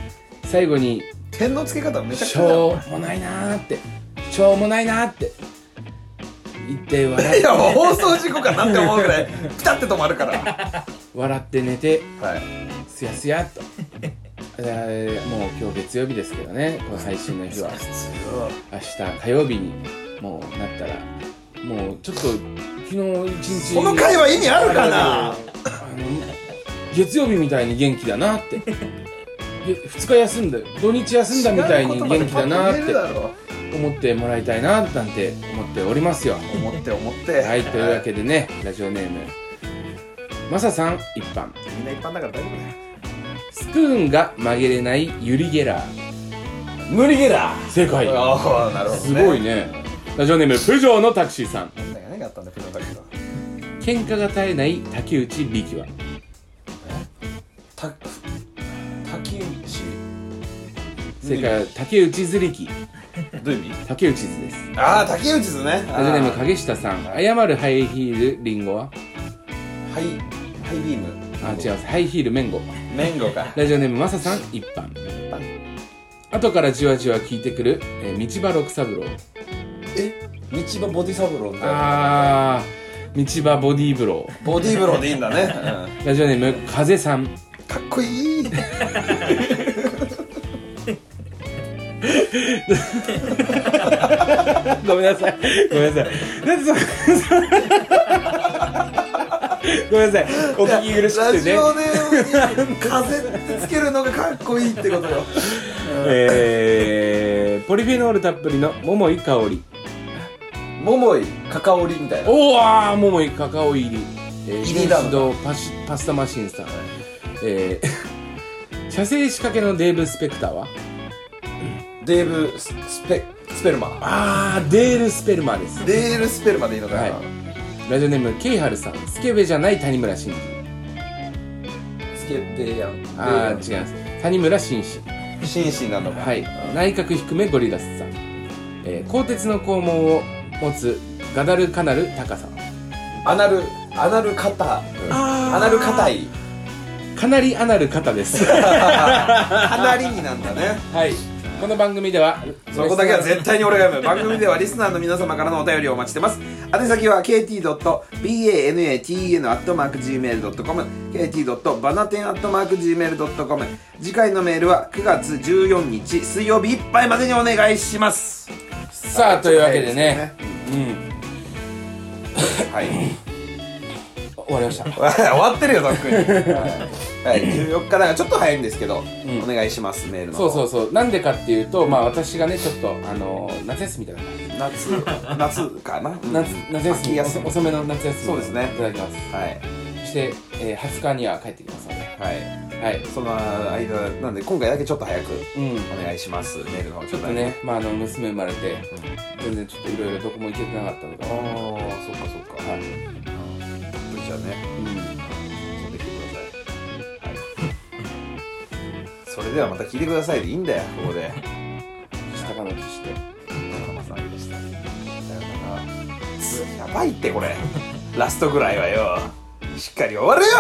B: 最後に
A: 点の付け方めちゃく
B: し
A: ちゃだよ
B: ょうもないなーってしょうもないなーって言って笑
A: い
B: [LAUGHS] っ
A: やもう放送事故かなって思うぐらいピタって止まるからは
B: 笑って寝て
A: い
B: すやすやっと [LAUGHS] えーもう今日月曜日ですけどねこの配信の日 [LAUGHS] は明日火曜日にもうなったらもうちょっと昨日一日
A: この会話意味あるかな
B: あの [LAUGHS] 月曜日みたいに元気だなって2日休んだ土日休んだみたいに元気だなっ
A: 違う言葉でパッと言えるだ
B: て
A: ろ
B: 思ってもらいたいななんて思っておりますよ
A: 思って思って
B: はいというわけでねラジオネームマサさん一般
F: みんな一般だから大丈夫だよ
B: スプーンが曲げれないユリゲラー
G: 無理ゲラ
B: 正解
A: ああなるほど、ね、
B: すごいねラジオネームプジョーのタクシーさん
A: なんか何があったんだプロダクト
B: 喧嘩が絶えない竹内力は
G: た滝内
B: 正解は竹内図力
G: どういう意味
B: 竹内図です
A: ああ竹内ですね
B: ラジオネーム
A: あ
B: 影下さん謝るハイヒールリンゴは
A: ーハイハイビーム
B: あ違うハイヒールメンゴ
A: メンゴか
B: ラジオネームマサさん一般後からじわじわ聞いてくる、えー、道場六三郎
G: え道場ボディサブローだ
B: あー道場ボディーブロ
A: ボディーブローでいいんだ [LAUGHS] ね、
B: ーラジオネーム風さん
A: うん、かっこいい
B: ごめんなさい。ごめんなさい。なんでそ [LAUGHS] そごめんなさい。お聞き苦し
A: ラ
B: くて
A: ジ
B: ね。
A: オネームに風ってつけるのがかっこいいってことよ
B: えー、ポリフェノールたっぷりの桃井香り。
A: 桃井カカオリみたいな
B: おー、桃井カカオ入り。えー、
A: 入りだ
B: 新堂パシパスタマシンさん。えー、 [LAUGHS] 射精仕掛けのデーブ・スペクターは
A: デーブススペスペルマ
B: あー、デール・スペルマーです。
A: デールスペルマでいいのかな、
B: はいラジオネーム、ケイハルさん。スケベじゃない谷村新司。
A: スケベやん
B: あー、違います。谷村新司。
A: う紳士なのか
B: はい、内角低めゴリラスさん、えー、鋼鉄の肛門を持つガダルカナル高さん
A: アナルアナル肩アナル硬 [LAUGHS] い
B: かなりアナル方で
A: [LAUGHS]
B: す
A: かなりになんだね
B: はいこの番組では
A: そこだけは絶対に俺が読む番組ではリスナーの皆様からのお便りをお待ちしてます宛先は kt.banaten.gmail.com kt.banaten.gmail.com 次回のメールは9月14日水曜日いっぱいまでにお願いします
B: さあというわけでね
A: はい
B: 終わりました
A: 終わってるよとっくにはい14日だからちょっと早いんですけど、お願いしますメールの
B: そうそううそうなんでかっていうとまあ私がねちょっとあのー夏休みだから
A: 夏夏かな
B: 夏夏休み
A: 秋休み
B: 遅めの夏休み
A: そうですね
B: いただきます
A: はい
B: そして、えー、20日には帰ってきますので
A: はい
B: はい
A: その間なんで今回だけちょっと早く
B: うん
A: お願いしますメールの方
B: ちょっとね、まあ、あの娘生まれて、全然ちょっといろいろどこも行けてなかったの
A: あ
B: で、
A: あそうかそうか
B: はい
A: じゃあね
B: うん
A: 遊んできてください、はい、それではまた聞いてくださいでいいんだよここで
B: 下からの岸して。
A: 中間さんでしたさよならやばいってこれラストぐらいはよしっかり終わるよ